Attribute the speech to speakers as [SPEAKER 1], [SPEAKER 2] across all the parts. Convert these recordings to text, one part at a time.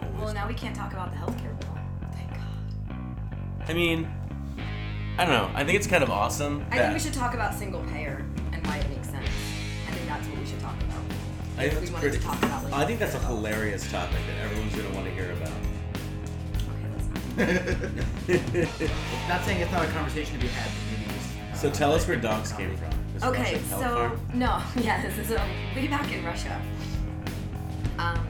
[SPEAKER 1] Well,
[SPEAKER 2] always.
[SPEAKER 1] now we can't talk about the healthcare bill. Thank God.
[SPEAKER 2] I mean, I don't know. I think it's kind of awesome.
[SPEAKER 1] I
[SPEAKER 2] that-
[SPEAKER 1] think we should talk about single payer and why it makes sense. I think that's what we should talk about.
[SPEAKER 2] I think
[SPEAKER 1] we
[SPEAKER 2] that's
[SPEAKER 1] wanted
[SPEAKER 2] pretty.
[SPEAKER 1] to talk about. Like,
[SPEAKER 3] I think that's a hilarious topic that everyone's gonna want to hear about.
[SPEAKER 1] Okay, let's not.
[SPEAKER 4] Not saying it's not a conversation to be had, but maybe just. uh,
[SPEAKER 2] so tell us where
[SPEAKER 4] like,
[SPEAKER 2] dogs
[SPEAKER 4] um,
[SPEAKER 2] came from. Is
[SPEAKER 1] Okay,
[SPEAKER 2] Russia a
[SPEAKER 1] so
[SPEAKER 2] pelt farm?
[SPEAKER 1] no, yeah, this is a way back in Russia. Um,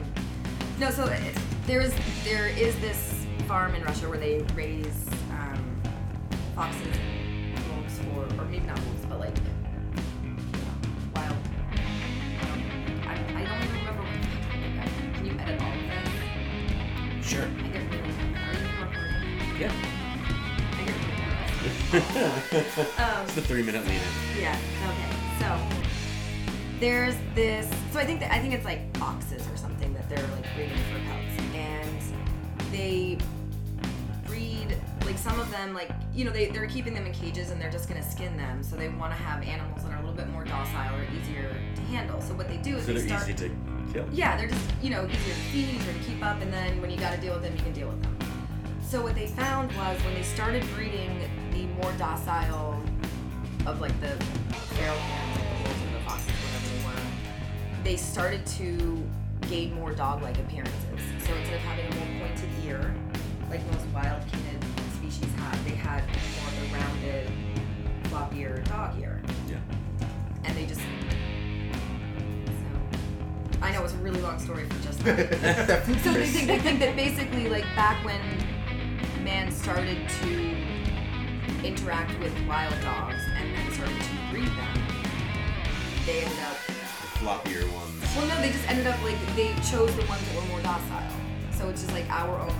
[SPEAKER 1] no, so it, there is there is this farm in Russia where they raise um, foxes and wolves for, or maybe not wolves, but like you know, wild. Um, I, I don't even remember. What, can you edit all of this?
[SPEAKER 2] Sure.
[SPEAKER 1] I get really. Are you recording?
[SPEAKER 2] Yeah.
[SPEAKER 1] I get really nervous.
[SPEAKER 2] it's
[SPEAKER 1] Um,
[SPEAKER 2] the three minute lead in.
[SPEAKER 1] Yeah. Okay. So there's this. So I think that I think it's like foxes or something that they're like breeding for pelts, and they breed like some of them like you know they they're keeping them in cages and they're just gonna skin them. So they want to have animals that are a little bit more docile or easier to handle. So what they do is
[SPEAKER 2] So
[SPEAKER 1] they
[SPEAKER 2] they're
[SPEAKER 1] start.
[SPEAKER 2] easy to kill.
[SPEAKER 1] Yeah, they're just, you know, easier to feed, easier to keep up, and then when you gotta deal with them, you can deal with them. So what they found was when they started breeding the more docile of like the feral cats, like the wolves or the foxes, whatever they were, they started to gain more dog-like appearances. So instead of having a more pointed ear, like most wild canid species have, they had more of a rounded, floppier dog ear
[SPEAKER 2] Yeah.
[SPEAKER 1] and they just. So, I know it's a really long story for just. That. so they think they think that basically, like back when man started to interact with wild dogs and then started to breed them, they ended up.
[SPEAKER 2] The floppier ones.
[SPEAKER 1] Well, no, they just ended up like they chose the ones that were more docile. So it's just like our own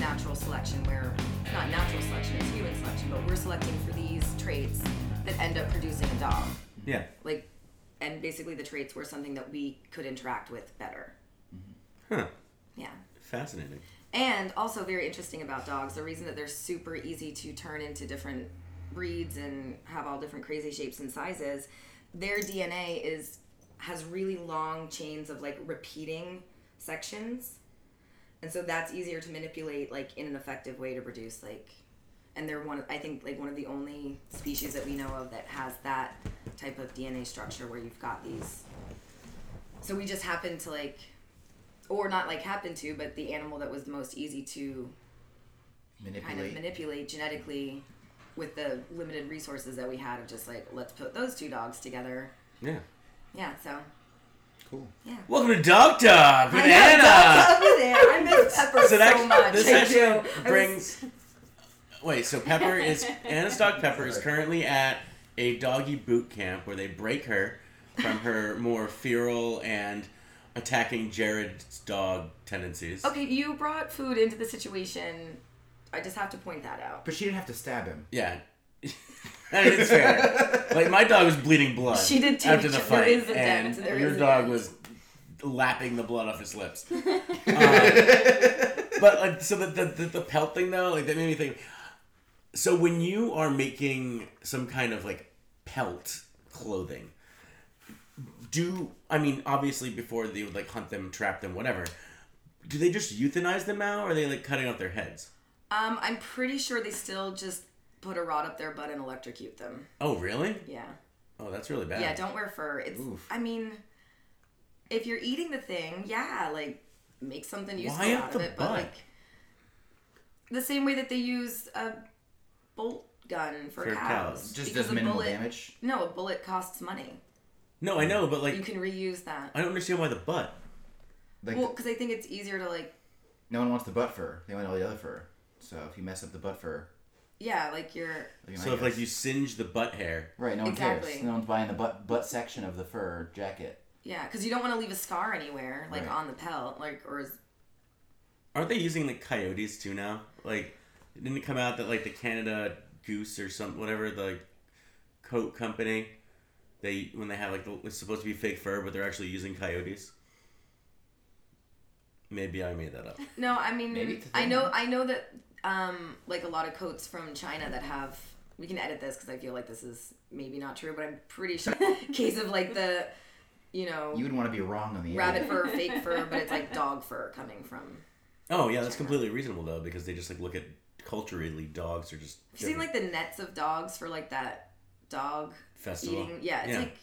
[SPEAKER 1] natural selection, where it's not natural selection, it's human selection, but we're selecting for these traits that end up producing a dog
[SPEAKER 2] Yeah.
[SPEAKER 1] like and basically the traits were something that we could interact with better
[SPEAKER 2] Huh.
[SPEAKER 1] yeah
[SPEAKER 2] Fascinating.
[SPEAKER 1] and also very interesting about dogs the reason that they're super easy to turn into different breeds and have all different crazy shapes and sizes their dna is has really long chains of like repeating sections and so that's easier to manipulate like in an effective way to produce like and they're one of, i think like one of the only species that we know of that has that type of dna structure where you've got these so we just happen to like or not like happen to but the animal that was the most easy to
[SPEAKER 4] Manipulate.
[SPEAKER 1] kind of manipulate genetically with the limited resources that we had of just like let's put those two dogs together
[SPEAKER 2] Yeah.
[SPEAKER 1] yeah so
[SPEAKER 4] Cool.
[SPEAKER 1] yeah
[SPEAKER 2] Welcome to Dog Talk with
[SPEAKER 1] I know,
[SPEAKER 2] Anna.
[SPEAKER 1] Dogs over there. I miss Pepper so,
[SPEAKER 2] So that-
[SPEAKER 1] much.
[SPEAKER 2] this
[SPEAKER 1] I do. I
[SPEAKER 2] actually
[SPEAKER 1] was-
[SPEAKER 2] brings. Wait, so Pepper is Anna's dog Pepper is currently at a doggy boot camp where they break her from her more feral and attacking Jared's dog tendencies.
[SPEAKER 1] Okay, you brought food into the situation. I just have to point that out.
[SPEAKER 4] But she didn't have to stab him.
[SPEAKER 2] Yeah. it's fair. like my dog was bleeding blood.
[SPEAKER 1] She did too,
[SPEAKER 2] after the
[SPEAKER 1] there
[SPEAKER 2] fight,
[SPEAKER 1] is a
[SPEAKER 2] and
[SPEAKER 1] dent, there
[SPEAKER 2] your
[SPEAKER 1] is a
[SPEAKER 2] dog
[SPEAKER 1] dent.
[SPEAKER 2] was lapping the blood off his lips. Um, but like, so the, the the the pelt thing though, like that made me think. So when you are making some kind of like pelt clothing, do I mean obviously before they would like hunt them, trap them, whatever. Do they just euthanize them now, or are they like cutting off their heads?
[SPEAKER 1] Um, I'm pretty sure they still just put a rod up their butt and electrocute them.
[SPEAKER 2] Oh really?
[SPEAKER 1] Yeah.
[SPEAKER 2] Oh, that's really bad.
[SPEAKER 1] Yeah, don't wear fur. It's
[SPEAKER 4] Oof.
[SPEAKER 1] I mean if you're eating the thing, yeah, like make something useful
[SPEAKER 2] Why up
[SPEAKER 1] out of
[SPEAKER 2] the
[SPEAKER 1] it, but
[SPEAKER 2] butt?
[SPEAKER 1] like the same way that they use a bolt gun for,
[SPEAKER 2] For
[SPEAKER 1] cows.
[SPEAKER 2] cows.
[SPEAKER 4] Just
[SPEAKER 1] because
[SPEAKER 4] does
[SPEAKER 1] a
[SPEAKER 4] minimal
[SPEAKER 1] bullet,
[SPEAKER 4] damage.
[SPEAKER 1] No, a bullet costs money.
[SPEAKER 2] No, I know, but like
[SPEAKER 1] You can reuse that.
[SPEAKER 2] I don't understand why the butt.
[SPEAKER 4] Like
[SPEAKER 1] Well, because I think it's easier to like
[SPEAKER 4] no one wants the butt fur. They want all the other fur. So if you mess up the butt fur,
[SPEAKER 1] yeah, like you're
[SPEAKER 4] you
[SPEAKER 2] So if like you singe the butt hair,
[SPEAKER 4] right, no one
[SPEAKER 1] Exactly.
[SPEAKER 4] cares. No one's buying the butt butt section of the fur jacket.
[SPEAKER 1] Yeah, because you don't want to leave a scar anywhere, like
[SPEAKER 4] Right.
[SPEAKER 1] on the pelt, like or is,
[SPEAKER 2] aren't they using the coyotes too now? Like, didn't it come out that like the Canada Goose or some whatever the coat company, they when they have like the, it's supposed to be fake fur, but they're actually using coyotes. Maybe I made that up.
[SPEAKER 1] no. I mean,
[SPEAKER 4] Maybe it's a
[SPEAKER 1] I
[SPEAKER 4] thing,
[SPEAKER 1] know,
[SPEAKER 4] huh?
[SPEAKER 1] I know that um, like a lot of coats from China that have. We can edit this because I feel like this is maybe not true, but I'm pretty sure case of like the, you know,
[SPEAKER 4] You would want to be wrong on the
[SPEAKER 1] rabbit
[SPEAKER 4] edit.
[SPEAKER 1] fur, fake fur, but it's like dog fur coming from
[SPEAKER 2] Oh yeah, that's completely reasonable though because they just like look at culturally dogs are just
[SPEAKER 1] Have you seen like the nets of dogs for like that dog
[SPEAKER 2] Festival?
[SPEAKER 1] eating? Yeah, it's
[SPEAKER 2] Yeah.
[SPEAKER 1] like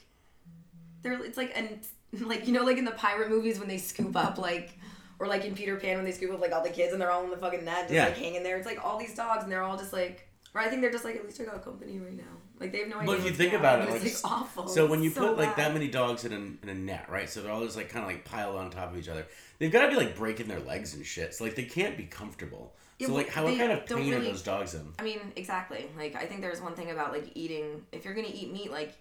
[SPEAKER 1] they're it's like and like you know like in the pirate movies when they scoop up like or like in Peter Pan when they scoop up like all the kids and they're all in the fucking net just
[SPEAKER 2] Yeah.
[SPEAKER 1] like hanging there. It's like all these dogs and they're all just like or I think they're just like at least I got company right now. Like they have no idea.
[SPEAKER 2] But if you
[SPEAKER 1] what's
[SPEAKER 2] think
[SPEAKER 1] going
[SPEAKER 2] about
[SPEAKER 1] on.
[SPEAKER 2] it, like,
[SPEAKER 1] it's like awful.
[SPEAKER 2] So when
[SPEAKER 1] It's
[SPEAKER 2] you put like
[SPEAKER 1] Oh, bad.
[SPEAKER 2] that many dogs in a, in a net, right? So they're all just like kind of like piled on top of each other. They've got to be like breaking their legs and shit. So like they can't be comfortable.
[SPEAKER 1] Yeah,
[SPEAKER 2] so
[SPEAKER 1] well,
[SPEAKER 2] like how what
[SPEAKER 1] they
[SPEAKER 2] kind of
[SPEAKER 1] don't
[SPEAKER 2] pain are
[SPEAKER 1] really-
[SPEAKER 2] those dogs in?
[SPEAKER 1] I mean, exactly. Like I think there's one thing about like eating. If you're gonna eat meat, like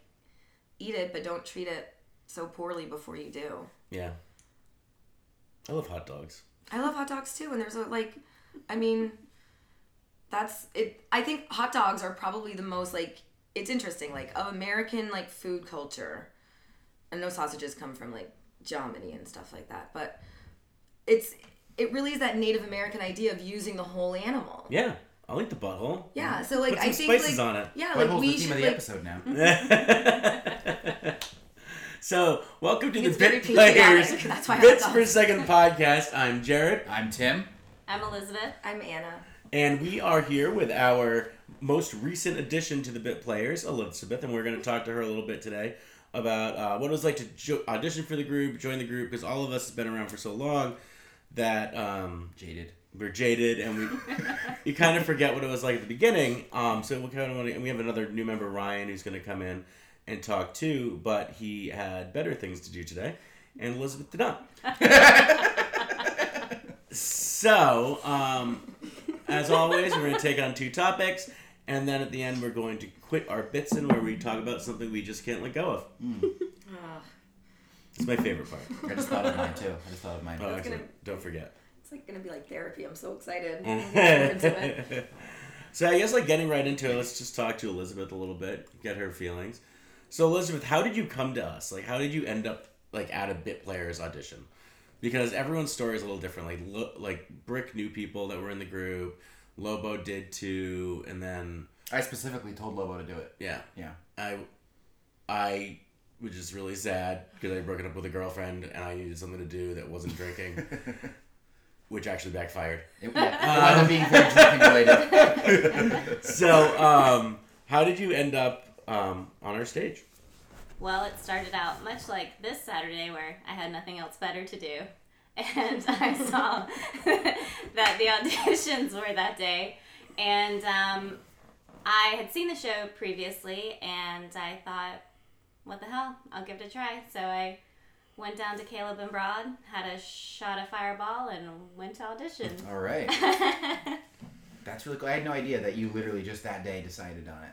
[SPEAKER 1] eat it, but don't treat it so poorly before you do.
[SPEAKER 2] Yeah. I love hot dogs.
[SPEAKER 1] I love hot dogs too, and there's a like, I mean, that's it. I think hot dogs are probably the most like. It's interesting, like of American like food culture. I know sausages come from like Germany and stuff like that, but it's it really is that Native American idea of using the whole animal.
[SPEAKER 2] Yeah, I like the butthole.
[SPEAKER 1] Yeah, so like
[SPEAKER 2] Put some
[SPEAKER 1] I think
[SPEAKER 2] spices
[SPEAKER 1] like
[SPEAKER 2] on it.
[SPEAKER 1] yeah,
[SPEAKER 4] Butthole's
[SPEAKER 1] like
[SPEAKER 4] the
[SPEAKER 1] we
[SPEAKER 4] theme
[SPEAKER 1] should
[SPEAKER 4] of the
[SPEAKER 1] like,
[SPEAKER 4] episode now.
[SPEAKER 2] So welcome to
[SPEAKER 1] It's
[SPEAKER 2] the
[SPEAKER 1] very
[SPEAKER 2] Bit Players
[SPEAKER 1] patriotic, that's why I
[SPEAKER 2] Bits
[SPEAKER 1] thought-
[SPEAKER 2] per Second podcast. I'm Jared,
[SPEAKER 4] I'm Tim.
[SPEAKER 5] I'm Elizabeth.
[SPEAKER 1] I'm Anna.
[SPEAKER 2] and we are here with our most recent addition to the Bit Players, Elizabeth, and we're going to talk to her a little bit today about uh, what it was like to jo- audition for the group, join the group, because all of us have been around for so long that um,
[SPEAKER 4] Jaded.
[SPEAKER 2] we're jaded and we you kind of forget what it was like at the beginning. Um, so we kind of want to, and we have another new member Ryan who's going to come in and talk too, but he had better things to do today, and Elizabeth did not. so um, as always, we're going to take on two topics. And then at the end, we're going to quit our bits in where we talk about something we just can't let go of.
[SPEAKER 1] Ugh.
[SPEAKER 2] It's my favorite part.
[SPEAKER 4] I just thought of mine too. I just thought of mine.
[SPEAKER 2] Oh,
[SPEAKER 1] That's gonna-
[SPEAKER 2] excellent. Don't forget.
[SPEAKER 1] It's like gonna be like therapy. I'm so excited. I'm looking forward to it.
[SPEAKER 2] so I guess like getting right into it, let's just talk to Elizabeth a little bit, get her feelings. So Elizabeth, how did you come to us? Like, how did you end up like at a bit players audition? Because everyone's story is a little different. Like, lo- like Brick knew people that were in the group. Lobo did too, and then
[SPEAKER 4] I specifically told Lobo to do it.
[SPEAKER 2] yeah,
[SPEAKER 4] Yeah.
[SPEAKER 2] I, I was just really sad because I broken up with a girlfriend and I needed something to do that wasn't drinking, which actually backfired.
[SPEAKER 4] It, yeah. it wound up being very drinking related.
[SPEAKER 2] So, um, how did you end up um, on our stage?
[SPEAKER 5] Well, it started out much like this Saturday where I had nothing else better to do. And I saw that the auditions were that day. And um, I had seen the show previously and I thought, what the hell? I'll give it a try. So I went down to Caleb and Broad, had a shot of fireball, and went to audition.
[SPEAKER 4] All right. That's really cool. I had no idea that you literally just that day decided on it.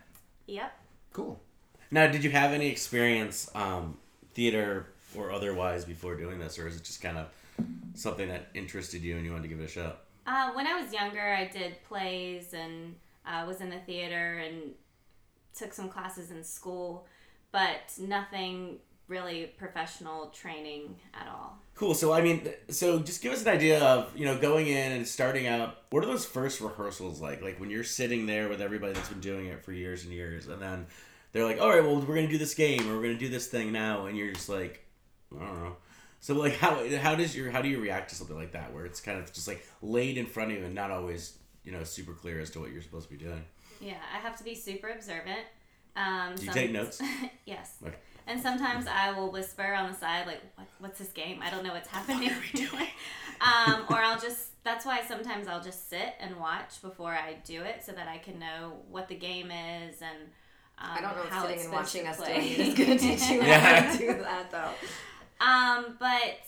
[SPEAKER 5] yep.
[SPEAKER 4] Cool.
[SPEAKER 2] Now, did you have any experience, um, theater or otherwise, before doing this, or is it just kind of something that interested you and you wanted to give it a shot?
[SPEAKER 5] Uh, when I was younger, I did plays and uh, was in the theater and took some classes in school, but nothing really professional training at all.
[SPEAKER 2] Cool. So, I mean, th- so just give us an idea of you know going in and starting out. What are those first rehearsals like? Like when you're sitting there with everybody that's been doing it for years and years, and then they're like, "All right, well, we're gonna do this game or we're gonna do this thing now," and you're just like, "I don't know." So, like, how how does your how do you react to something like that where it's kind of just like laid in front of you and not always you know super clear as to what you're supposed to be doing?
[SPEAKER 5] Yeah, I have to be super observant. Um,
[SPEAKER 2] Do you
[SPEAKER 5] some-
[SPEAKER 2] take notes?
[SPEAKER 5] yes.
[SPEAKER 2] Okay.
[SPEAKER 5] And sometimes I will whisper on the side, like, what, what's this game? I don't know what's happening. um, or I'll just, that's why sometimes I'll just sit and watch before I do it so that I can know what the game is and um,
[SPEAKER 1] I don't know if
[SPEAKER 5] how
[SPEAKER 1] sitting
[SPEAKER 5] it's
[SPEAKER 1] and
[SPEAKER 5] supposed to
[SPEAKER 1] watching us
[SPEAKER 5] play.
[SPEAKER 1] doing it is going to teach you how
[SPEAKER 2] Yeah.
[SPEAKER 1] to do that, though.
[SPEAKER 5] Um, but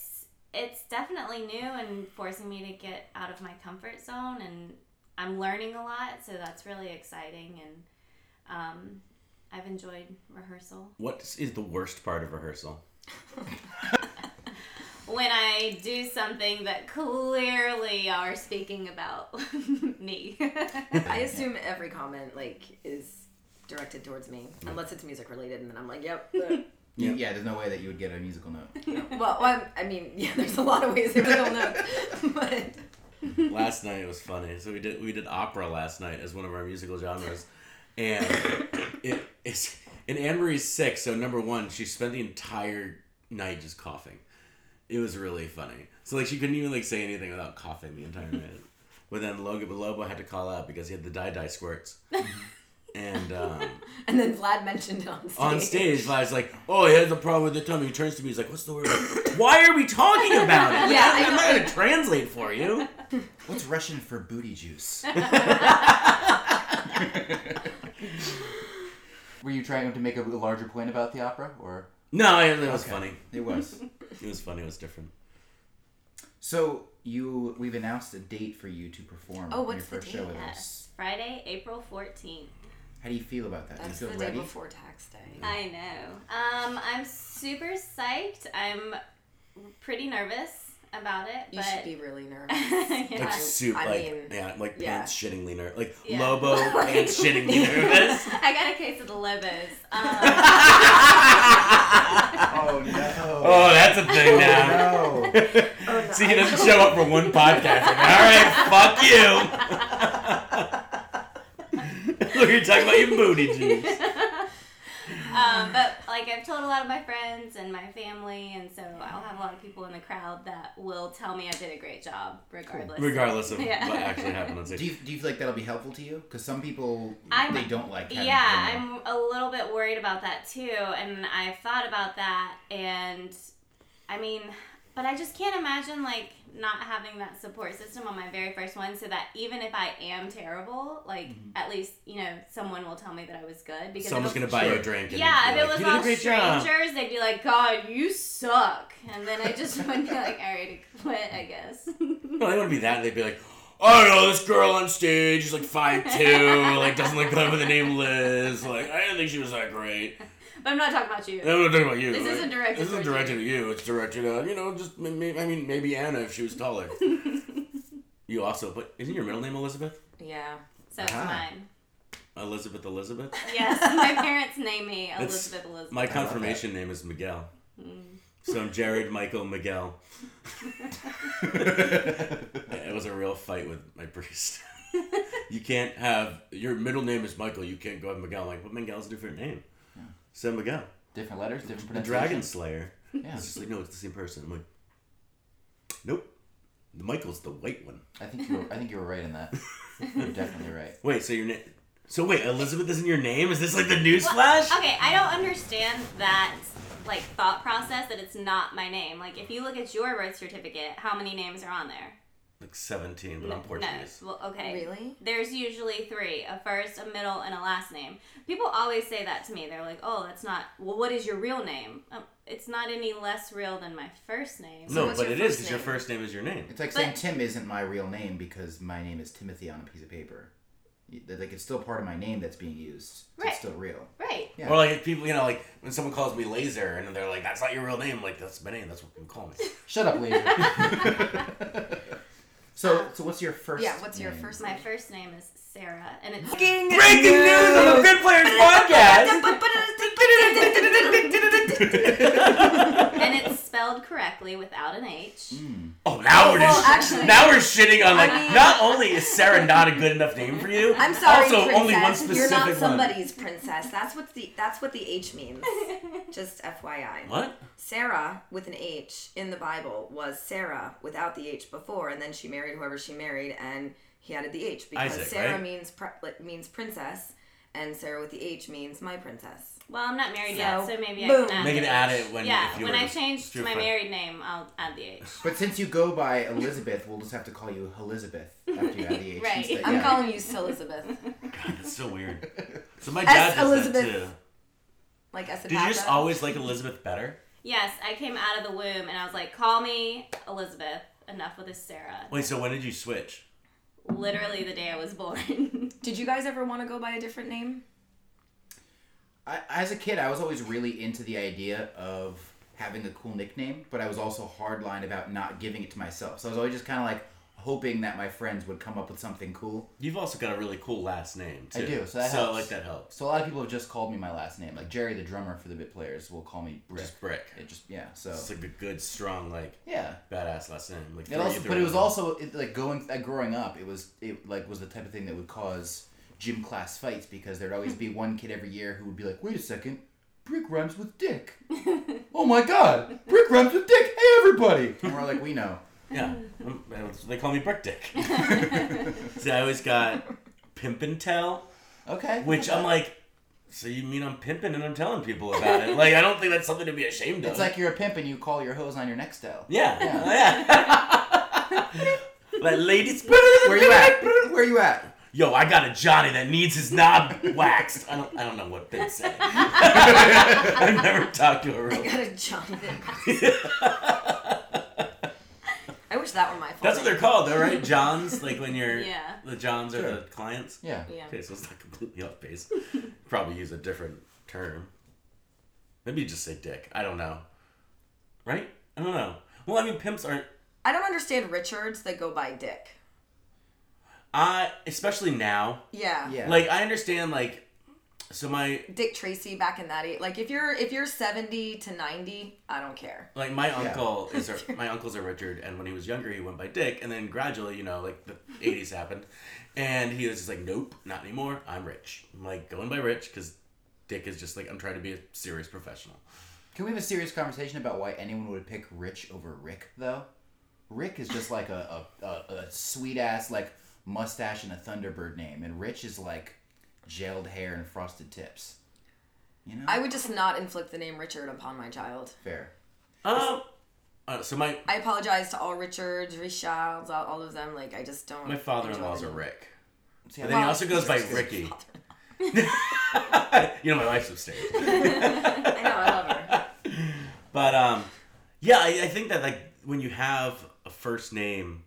[SPEAKER 5] it's definitely new and forcing me to get out of my comfort zone, and I'm learning a lot, so that's really exciting. And um, I've enjoyed rehearsal.
[SPEAKER 2] What is the worst part of rehearsal?
[SPEAKER 5] When I do something that clearly are speaking about me.
[SPEAKER 1] I assume every comment like is directed towards me, unless it's music related, and then I'm like, yep. well,
[SPEAKER 4] You- yeah, there's no way that you would get a musical note.
[SPEAKER 1] I'm, I mean, yeah, there's a lot of ways that we don't know, but
[SPEAKER 2] last night was funny. So we did we did opera last night as one of our musical genres, and it is and Anne Marie's sick. So number one, she spent the entire night just coughing, It was really funny. So like she couldn't even like say anything without coughing the entire night. But then Logan Lobo had to call out because he had the dye dye squirts. And um,
[SPEAKER 1] And then Vlad mentioned it on stage.
[SPEAKER 2] on stage, Vlad's like, "Oh, he has a problem with the tummy." He turns to me, he's like, "What's the word? Why are we talking about it?
[SPEAKER 1] Yeah, I
[SPEAKER 2] I'm not
[SPEAKER 1] know.
[SPEAKER 2] gonna translate for you."
[SPEAKER 4] What's Russian for booty juice? Were you trying to make a larger point about the opera, or
[SPEAKER 2] No, it, it was
[SPEAKER 4] Okay.
[SPEAKER 2] funny.
[SPEAKER 4] it was?
[SPEAKER 2] It was funny. It was different.
[SPEAKER 4] so you, we've announced a date for you to perform.
[SPEAKER 1] Oh, what's
[SPEAKER 4] your
[SPEAKER 1] the
[SPEAKER 4] first
[SPEAKER 1] date?
[SPEAKER 4] show with us.
[SPEAKER 5] Yes. Friday, April 14th.
[SPEAKER 4] How do you feel about that?
[SPEAKER 1] That's
[SPEAKER 4] do
[SPEAKER 1] the
[SPEAKER 4] you feel
[SPEAKER 1] day
[SPEAKER 4] ready?
[SPEAKER 1] before tax day.
[SPEAKER 5] I know. Um, I'm super psyched. I'm pretty nervous about it,
[SPEAKER 1] You
[SPEAKER 5] but
[SPEAKER 1] should be really nervous.
[SPEAKER 5] Yeah.
[SPEAKER 2] Like
[SPEAKER 1] I-
[SPEAKER 2] soup,
[SPEAKER 1] I
[SPEAKER 2] like
[SPEAKER 1] mean,
[SPEAKER 2] yeah, like
[SPEAKER 1] yeah.
[SPEAKER 2] pants shittingly nervous, like
[SPEAKER 5] Yeah.
[SPEAKER 2] Lobo pants shittingly nervous.
[SPEAKER 5] I got a case of the lobos. Um,
[SPEAKER 4] Oh no!
[SPEAKER 2] Oh, that's a thing now.
[SPEAKER 4] no!
[SPEAKER 1] Oh,
[SPEAKER 2] See, he doesn't show up for one podcast. Like, All right, fuck you. Look, you're talking about your booty juice.
[SPEAKER 5] um, but like I've told a lot of my friends and my family, and so I'll have a lot of people in the crowd that will tell me I did a great job, regardless.
[SPEAKER 2] Regardless of
[SPEAKER 5] Yeah.
[SPEAKER 2] what actually happened on stage.
[SPEAKER 4] Do you, do you feel like that'll be helpful to you? Because some people
[SPEAKER 5] I'm-
[SPEAKER 4] they don't like. having
[SPEAKER 5] Yeah,
[SPEAKER 4] them.
[SPEAKER 5] I'm a little bit worried about that too, and I've thought about that, and I mean, but I just can't imagine like not having that support system on my very first one, so that even if I am terrible, like at least you know someone will tell me that I was good because if
[SPEAKER 2] Mm-hmm. Someone's
[SPEAKER 5] it-
[SPEAKER 2] gonna buy
[SPEAKER 4] Sure.
[SPEAKER 2] you a drink. And
[SPEAKER 5] Yeah,
[SPEAKER 2] be
[SPEAKER 5] if it
[SPEAKER 2] like,
[SPEAKER 5] was
[SPEAKER 2] you did a
[SPEAKER 5] all
[SPEAKER 2] great job.
[SPEAKER 5] strangers, they'd be like, "God, you suck," and then I just would be like, "All right, I quit," I guess.
[SPEAKER 2] No, they wouldn't be that. They'd be like, I don't know, this girl on stage is like five two, like doesn't look good with the name Liz. Like, I didn't think she was that great.
[SPEAKER 5] but I'm not talking about you.
[SPEAKER 2] And I'm not talking about you.
[SPEAKER 5] This
[SPEAKER 2] right?
[SPEAKER 5] isn't directed
[SPEAKER 2] This isn't
[SPEAKER 5] towards
[SPEAKER 2] directed at you. It's directed at you know, just may- may- I mean, maybe Anna if she was taller. you also, but isn't your middle name Elizabeth?
[SPEAKER 1] Yeah.
[SPEAKER 5] So it's
[SPEAKER 4] Ah.
[SPEAKER 5] mine.
[SPEAKER 2] Elizabeth Elizabeth.
[SPEAKER 5] Yes, my parents named me
[SPEAKER 2] That's-
[SPEAKER 5] Elizabeth Elizabeth.
[SPEAKER 2] My confirmation name is Miguel. So I'm Jared Michael Miguel. it was a real fight with my priest. you can't have your middle name is Michael. You can't go with Miguel. I'm like, but Miguel's a different name. So Miguel,
[SPEAKER 4] different letters, different
[SPEAKER 2] the
[SPEAKER 4] pronunciation.
[SPEAKER 2] Dragon Slayer.
[SPEAKER 4] Yeah,
[SPEAKER 2] It's just like, no, it's the same person. I'm like, nope. The Michael's the white one.
[SPEAKER 4] I think you were, I think you were right in that. You're definitely right.
[SPEAKER 2] Wait, so your name? So wait, Elizabeth isn't your name? Is this like the newsflash?
[SPEAKER 5] Well, Okay, I don't understand that like thought process that it's not my name. Like if you look at your birth certificate, how many names are on there?
[SPEAKER 2] Like 17, but I'm Portuguese.
[SPEAKER 5] No. Well, okay.
[SPEAKER 1] Really?
[SPEAKER 5] There's usually three: a first, a middle, and a last name. People always say that to me. They're like, "Oh, that's not. Well, what is your real name? Um, it's not any less real than my first name."
[SPEAKER 1] So
[SPEAKER 2] No,
[SPEAKER 1] what's
[SPEAKER 2] but
[SPEAKER 1] your
[SPEAKER 2] it is
[SPEAKER 1] first
[SPEAKER 2] because your
[SPEAKER 1] name?
[SPEAKER 2] first name is your name.
[SPEAKER 4] It's like
[SPEAKER 5] But-
[SPEAKER 4] saying Tim isn't my real name because my name is Timothy on a piece of paper. Y- that- Like it's still part of my name that's being used. So
[SPEAKER 5] Right.
[SPEAKER 4] It's still real.
[SPEAKER 5] Right.
[SPEAKER 4] Yeah.
[SPEAKER 2] Or like if people, you know, like when someone calls me Laser and they're like, "That's not your real name." I'm like that's my name. That's what people call me.
[SPEAKER 4] Shut up, later. so, so what's your first?
[SPEAKER 1] Yeah, what's your
[SPEAKER 4] name?
[SPEAKER 1] first
[SPEAKER 5] My
[SPEAKER 1] name?
[SPEAKER 5] first name is Sarah, and it's
[SPEAKER 2] Breaking news on the Good Players podcast.
[SPEAKER 5] and it's spelled correctly without an H.
[SPEAKER 2] oh, now we're just
[SPEAKER 1] Well, actually-
[SPEAKER 2] now we're shitting on like.
[SPEAKER 1] I mean-
[SPEAKER 2] not only is Sarah not a good enough name for you,
[SPEAKER 1] I'm sorry,
[SPEAKER 2] Also,
[SPEAKER 1] princess.
[SPEAKER 2] only one specific
[SPEAKER 1] You're not
[SPEAKER 2] one.
[SPEAKER 1] somebody's princess. That's what the that's what the H means. Just FYI.
[SPEAKER 2] What?
[SPEAKER 1] Sarah with an H in the Bible was Sarah without the H before, and then she married whoever she married, and he added the H because
[SPEAKER 2] Isaac,
[SPEAKER 1] Sarah
[SPEAKER 2] right?
[SPEAKER 1] means pre- like, means princess, and Sarah with the H means my princess.
[SPEAKER 5] Well, I'm not married yet,
[SPEAKER 1] So,
[SPEAKER 5] so maybe I
[SPEAKER 1] boom.
[SPEAKER 5] can add
[SPEAKER 2] Make it
[SPEAKER 5] the
[SPEAKER 2] add
[SPEAKER 5] H.
[SPEAKER 2] it when-
[SPEAKER 5] yeah.
[SPEAKER 2] if you
[SPEAKER 5] when
[SPEAKER 2] were
[SPEAKER 5] I
[SPEAKER 2] to
[SPEAKER 5] change
[SPEAKER 2] do
[SPEAKER 5] my
[SPEAKER 2] fun.
[SPEAKER 5] married name, I'll add the H.
[SPEAKER 4] But since you go by Elizabeth, we'll just have to call you Elizabeth after you add the H.
[SPEAKER 5] Right.
[SPEAKER 4] instead.
[SPEAKER 1] I'm
[SPEAKER 4] Yeah.
[SPEAKER 1] calling you Sil Elizabeth,
[SPEAKER 2] God, that's so weird. So my dad does
[SPEAKER 1] Elizabeth.
[SPEAKER 2] that too.
[SPEAKER 1] like Esapata.
[SPEAKER 2] Did you just always like Elizabeth better?
[SPEAKER 5] Yes, I came out of the womb and I was like, "Call me Elizabeth. Enough with this Sarah."
[SPEAKER 2] Wait, so when did you switch?
[SPEAKER 5] Literally the day I was born.
[SPEAKER 1] Did you guys ever want to go by a different name?
[SPEAKER 4] I, as a kid, I was always really into the idea of having a cool nickname, but I was also hardline about not giving it to myself. So I was always just kind of like hoping that my friends would come up with something cool.
[SPEAKER 2] You've also got a really cool last name too.
[SPEAKER 4] I do, so that
[SPEAKER 2] so
[SPEAKER 4] helps.
[SPEAKER 2] like that helps.
[SPEAKER 4] So a lot of people have just called me my last name, like Jerry the drummer for the Bit Players will call me Brick.
[SPEAKER 2] Just brick.
[SPEAKER 4] It just yeah. So
[SPEAKER 2] It's like a good, strong, like
[SPEAKER 4] yeah.
[SPEAKER 2] badass last name. Like
[SPEAKER 4] It
[SPEAKER 2] for
[SPEAKER 4] also,
[SPEAKER 2] either
[SPEAKER 4] but it
[SPEAKER 2] of
[SPEAKER 4] was
[SPEAKER 2] them.
[SPEAKER 4] also it, like going uh, growing up. It was it like was the type of thing that would cause gym class fights because there'd always be one kid every year who would be like, "Wait a second, brick rhymes with dick. oh my god, brick rhymes with dick. Hey everybody! And we're like, we know.
[SPEAKER 2] Yeah. Um, They call me Brick Dick. so I always got Pimp and Tell,
[SPEAKER 4] Okay.
[SPEAKER 2] which I'm like, so you mean I'm pimping and I'm telling people about it? Like, I don't think that's something to be ashamed of.
[SPEAKER 4] it's like you're a pimp and you call your hose on your neck style.
[SPEAKER 2] yeah. Yeah. like, ladies, where
[SPEAKER 4] Where you at? Where you at?
[SPEAKER 2] Yo, I got a Johnny that needs his knob waxed. I don't, I don't know what they say. I've never talked to a
[SPEAKER 1] I
[SPEAKER 2] real.
[SPEAKER 1] got a Jonathan. I wish that were my fault.
[SPEAKER 2] That's what they're called, though, right? Johns, like when you're
[SPEAKER 5] Yeah.
[SPEAKER 2] the Johns are the
[SPEAKER 4] Sure.
[SPEAKER 2] clients.
[SPEAKER 4] Yeah.
[SPEAKER 5] Yeah.
[SPEAKER 2] Okay, so it's not completely off base. Probably use a different term. Maybe you just say dick. I don't know. Right? I don't know. Well, I mean, pimps aren't.
[SPEAKER 1] I don't understand Richards that go by Dick.
[SPEAKER 2] I especially now.
[SPEAKER 1] Yeah.
[SPEAKER 4] Yeah.
[SPEAKER 2] Like I understand. Like, so my
[SPEAKER 1] Dick Tracy back in that age. Like if you're if you're 70 to 90, I don't care.
[SPEAKER 2] like my uncle is a, my uncle's a Richard, and when he was younger, he went by Dick, and then gradually, you know, like the eighties happened, and he was just like, nope, not anymore. I'm rich. I'm like going by Rich because Dick is just like I'm trying to be a serious professional.
[SPEAKER 4] Can we have a serious conversation about why anyone would pick Rich over Rick though? Rick is just like a a, a, a sweet ass like mustache and a Thunderbird name, and Rich is like gelled hair and frosted tips. You know.
[SPEAKER 1] I would just not inflict the name Richard upon my child.
[SPEAKER 4] Fair.
[SPEAKER 2] Um. Uh, so my
[SPEAKER 1] I apologize to all Richards, Richards, all, all of them. Like I just don't.
[SPEAKER 2] my father-in-law's a
[SPEAKER 1] enjoy
[SPEAKER 2] Rick.
[SPEAKER 4] See,
[SPEAKER 2] But then he
[SPEAKER 1] Wow.
[SPEAKER 2] also goes by Ricky. you know, my wife's upstairs.
[SPEAKER 1] them. I know. I love her.
[SPEAKER 2] But um, yeah, I, I think that like when you have a first name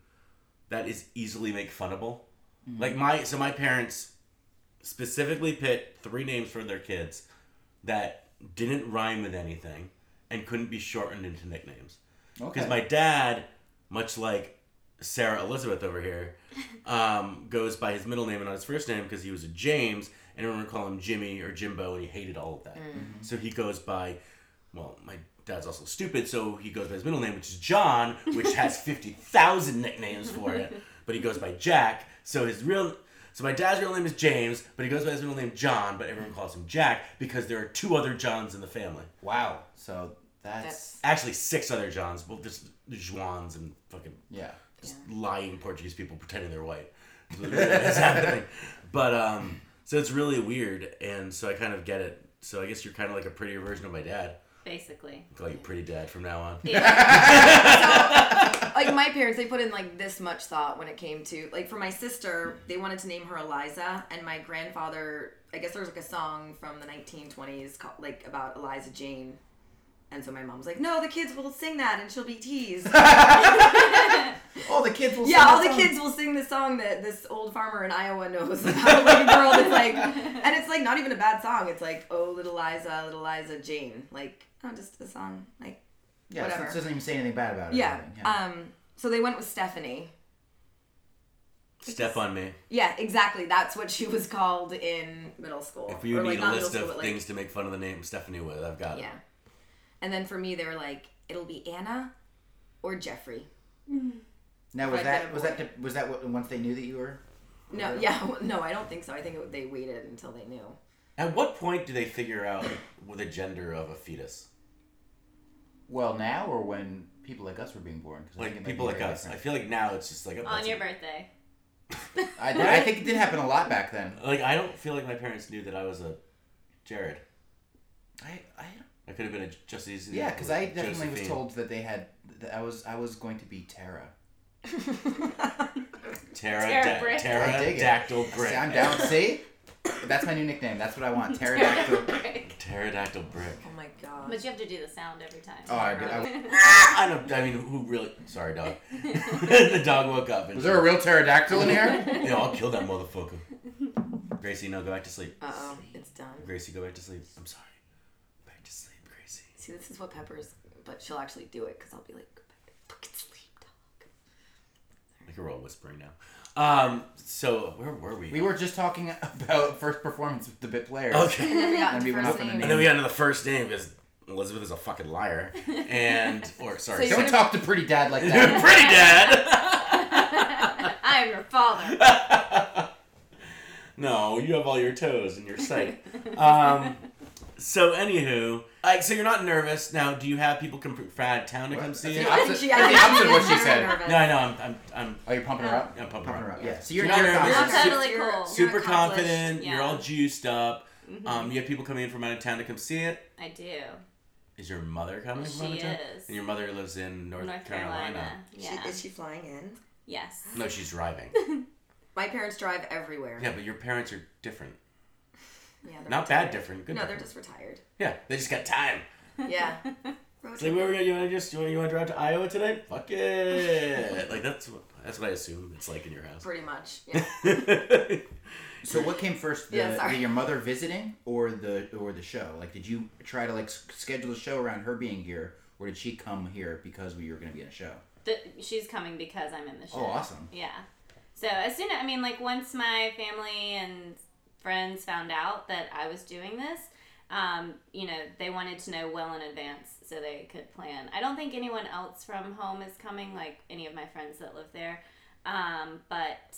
[SPEAKER 2] that is easily make funnable, like my so my parents specifically picked three names for their kids that didn't rhyme with anything and couldn't be shortened into nicknames.
[SPEAKER 4] okay.
[SPEAKER 2] Because my dad, much like Sarah Elizabeth over here, um, goes by his middle name and not his first name because he was a James, and everyone would call him Jimmy or Jimbo, and he hated all of that. So he goes by, well, my dad's also stupid, so he goes by his middle name, which is John, which has 50,000 nicknames for it, but he goes by Jack, so his real. So my dad's real name is James, but he goes by his middle name John, but everyone calls him Jack because there are two other Johns in the family
[SPEAKER 4] wow. So that's,
[SPEAKER 1] That's
[SPEAKER 2] actually six other Johns. Well, just Juans and fucking
[SPEAKER 4] yeah.
[SPEAKER 2] just lying Portuguese people pretending they're white. It's happening. But um, so it's really weird, and so I kind of get it. So I guess you're kind of like a prettier version of my dad.
[SPEAKER 5] basically.
[SPEAKER 2] I'll call you pretty dad from now on.
[SPEAKER 5] Yeah.
[SPEAKER 1] like my parents. They put in like this much thought when it came to like for my sister. They wanted to name her Eliza, and my grandfather. I guess there was like a song from the 1920s called like about Eliza Jane. And so my mom was like, "No, the kids will sing that, and she'll be teased."
[SPEAKER 4] All Oh, the kids will.
[SPEAKER 1] Yeah,
[SPEAKER 4] sing
[SPEAKER 1] all the
[SPEAKER 4] that song.
[SPEAKER 1] kids will sing the song that this old farmer in Iowa knows about like a girl that's like, and it's like not even a bad song. It's like, oh, little Liza, little Liza Jane, like, oh, just a song, like,
[SPEAKER 4] Yeah. so
[SPEAKER 1] whatever.
[SPEAKER 4] it doesn't even say anything bad about it. or
[SPEAKER 1] yeah.
[SPEAKER 4] anything,
[SPEAKER 1] Um, so they went with Stephanie.
[SPEAKER 2] Step on me.
[SPEAKER 1] Yeah, exactly. That's what she was called in middle school.
[SPEAKER 2] If you
[SPEAKER 1] Or, like,
[SPEAKER 2] need a
[SPEAKER 1] not middle
[SPEAKER 2] list
[SPEAKER 1] school,
[SPEAKER 2] of
[SPEAKER 1] but, like-
[SPEAKER 2] things to make fun of the name Stephanie with, I've got it.
[SPEAKER 1] Yeah. And then for me, they were like, it'll be Anna or Jeffrey.
[SPEAKER 4] Now was
[SPEAKER 1] I've
[SPEAKER 4] that
[SPEAKER 1] been a
[SPEAKER 4] was
[SPEAKER 1] boy.
[SPEAKER 4] that the- was that what, once they knew that you were?
[SPEAKER 1] No, yeah, no, I don't think so. I think it, they waited until they knew.
[SPEAKER 2] At what point do they figure out the gender of a fetus?
[SPEAKER 4] Well, now or when people like us were being born? 'Cause I think it
[SPEAKER 2] Like
[SPEAKER 4] might be
[SPEAKER 2] people like
[SPEAKER 4] very
[SPEAKER 2] us. I
[SPEAKER 4] different.
[SPEAKER 2] feel like now it's just like oh,
[SPEAKER 5] On
[SPEAKER 2] that's
[SPEAKER 5] your
[SPEAKER 2] a-
[SPEAKER 5] birthday.
[SPEAKER 4] I, th- I think it did happen a lot back then.
[SPEAKER 2] Like I don't feel like my parents knew that I was a Jared.
[SPEAKER 4] I, I
[SPEAKER 2] I could have been a just as easily.
[SPEAKER 4] yeah, because I definitely was
[SPEAKER 2] Josephine.
[SPEAKER 4] told that they had. That I was I was going to be Tara.
[SPEAKER 2] Tara
[SPEAKER 5] Tara
[SPEAKER 2] da-
[SPEAKER 5] Brick.
[SPEAKER 2] Tara
[SPEAKER 4] I dig it.
[SPEAKER 2] Dactyl Brick.
[SPEAKER 4] See, I'm down. See, that's my new nickname. That's what I want. Pterodactyl.
[SPEAKER 2] Pterodactyl Brick.
[SPEAKER 1] Oh my god.
[SPEAKER 5] But you have to do the sound every time.
[SPEAKER 4] Oh, I, I,
[SPEAKER 2] I don't. I mean, who really? Sorry, dog. the dog woke up. And
[SPEAKER 4] was there a real pterodactyl in here?
[SPEAKER 2] You know, I'll kill that motherfucker. Gracie, no, go back to sleep.
[SPEAKER 1] Uh oh, it's done.
[SPEAKER 2] Gracie, go back to sleep. I'm sorry. Back to sleep, Gracie.
[SPEAKER 1] See, this is what Pepper's, but she'll actually do it because I'll be like, "Go back to fucking sleep, dog.
[SPEAKER 2] I can roll whispering now. Um. So where were we?
[SPEAKER 4] We were just talking about first performance with the bit player.
[SPEAKER 2] okay.
[SPEAKER 1] And then we got
[SPEAKER 4] And we went
[SPEAKER 1] first
[SPEAKER 4] up in the
[SPEAKER 1] name.
[SPEAKER 2] And then we got into the first name because Elizabeth is a fucking liar. And or sorry,
[SPEAKER 1] So
[SPEAKER 4] Don't
[SPEAKER 1] you-
[SPEAKER 4] talk to pretty dad like
[SPEAKER 2] pretty
[SPEAKER 4] that.
[SPEAKER 2] dad.
[SPEAKER 5] I'm your father.
[SPEAKER 2] No, you have all your toes in your sight. Um, So, anywho, like, so you're not nervous now. Do you have people come from Frad Town to come see
[SPEAKER 4] That's
[SPEAKER 2] it?
[SPEAKER 4] the opposite-
[SPEAKER 1] she-
[SPEAKER 4] that's the
[SPEAKER 1] I'm
[SPEAKER 4] opposite of what she
[SPEAKER 1] very
[SPEAKER 4] said.
[SPEAKER 1] nervous.
[SPEAKER 2] No, I know. I'm, I'm, I'm
[SPEAKER 4] Oh, you're pumping her up?
[SPEAKER 2] Yeah, pumping her
[SPEAKER 4] pumping her
[SPEAKER 2] up.
[SPEAKER 4] up. Yeah. So
[SPEAKER 2] You're
[SPEAKER 4] you're,
[SPEAKER 2] not
[SPEAKER 4] you're
[SPEAKER 2] nervous.
[SPEAKER 5] I'm
[SPEAKER 4] confident.
[SPEAKER 2] You're
[SPEAKER 5] totally
[SPEAKER 1] you're-
[SPEAKER 5] cool.
[SPEAKER 1] you're
[SPEAKER 2] super
[SPEAKER 1] accomplished,
[SPEAKER 2] confident. You're
[SPEAKER 5] yeah.
[SPEAKER 2] all juiced up. Um, you have people coming in from out of town to come see it.
[SPEAKER 5] I do.
[SPEAKER 2] Is your mother coming from out
[SPEAKER 5] She
[SPEAKER 2] of town?
[SPEAKER 5] is.
[SPEAKER 2] And your mother lives in North,
[SPEAKER 5] North
[SPEAKER 2] Carolina.
[SPEAKER 5] Carolina. Yeah.
[SPEAKER 1] She, is she flying in?
[SPEAKER 5] yes.
[SPEAKER 2] No, she's driving.
[SPEAKER 1] My parents drive everywhere.
[SPEAKER 2] yeah, but your parents are different.
[SPEAKER 1] Yeah, they're
[SPEAKER 2] Not
[SPEAKER 1] retired.
[SPEAKER 2] bad, different. Good.
[SPEAKER 1] No, they're
[SPEAKER 2] different.
[SPEAKER 1] just retired.
[SPEAKER 2] Yeah, they just got time.
[SPEAKER 1] Yeah. Road
[SPEAKER 2] It's like,
[SPEAKER 1] trip.
[SPEAKER 2] where we going? You want to just you want, you want to drive to Iowa today? Fuck it. like that's what, that's what I assume it's like in your house.
[SPEAKER 1] Pretty much. Yeah.
[SPEAKER 4] So what came first, the,
[SPEAKER 1] Yeah, sorry.
[SPEAKER 4] the- your mother visiting or the or the show? Like, did you try to like s- schedule a show around her being here, or did she come here because we were going to be in a show?
[SPEAKER 5] Th- she's coming because I'm in the show.
[SPEAKER 4] Oh, awesome!
[SPEAKER 5] Yeah. So as soon I mean, like once my family and friends found out that I was doing this, um, you know, they wanted to know well in advance so they could plan. I don't think anyone else from home is coming, like any of my friends that live there, um, but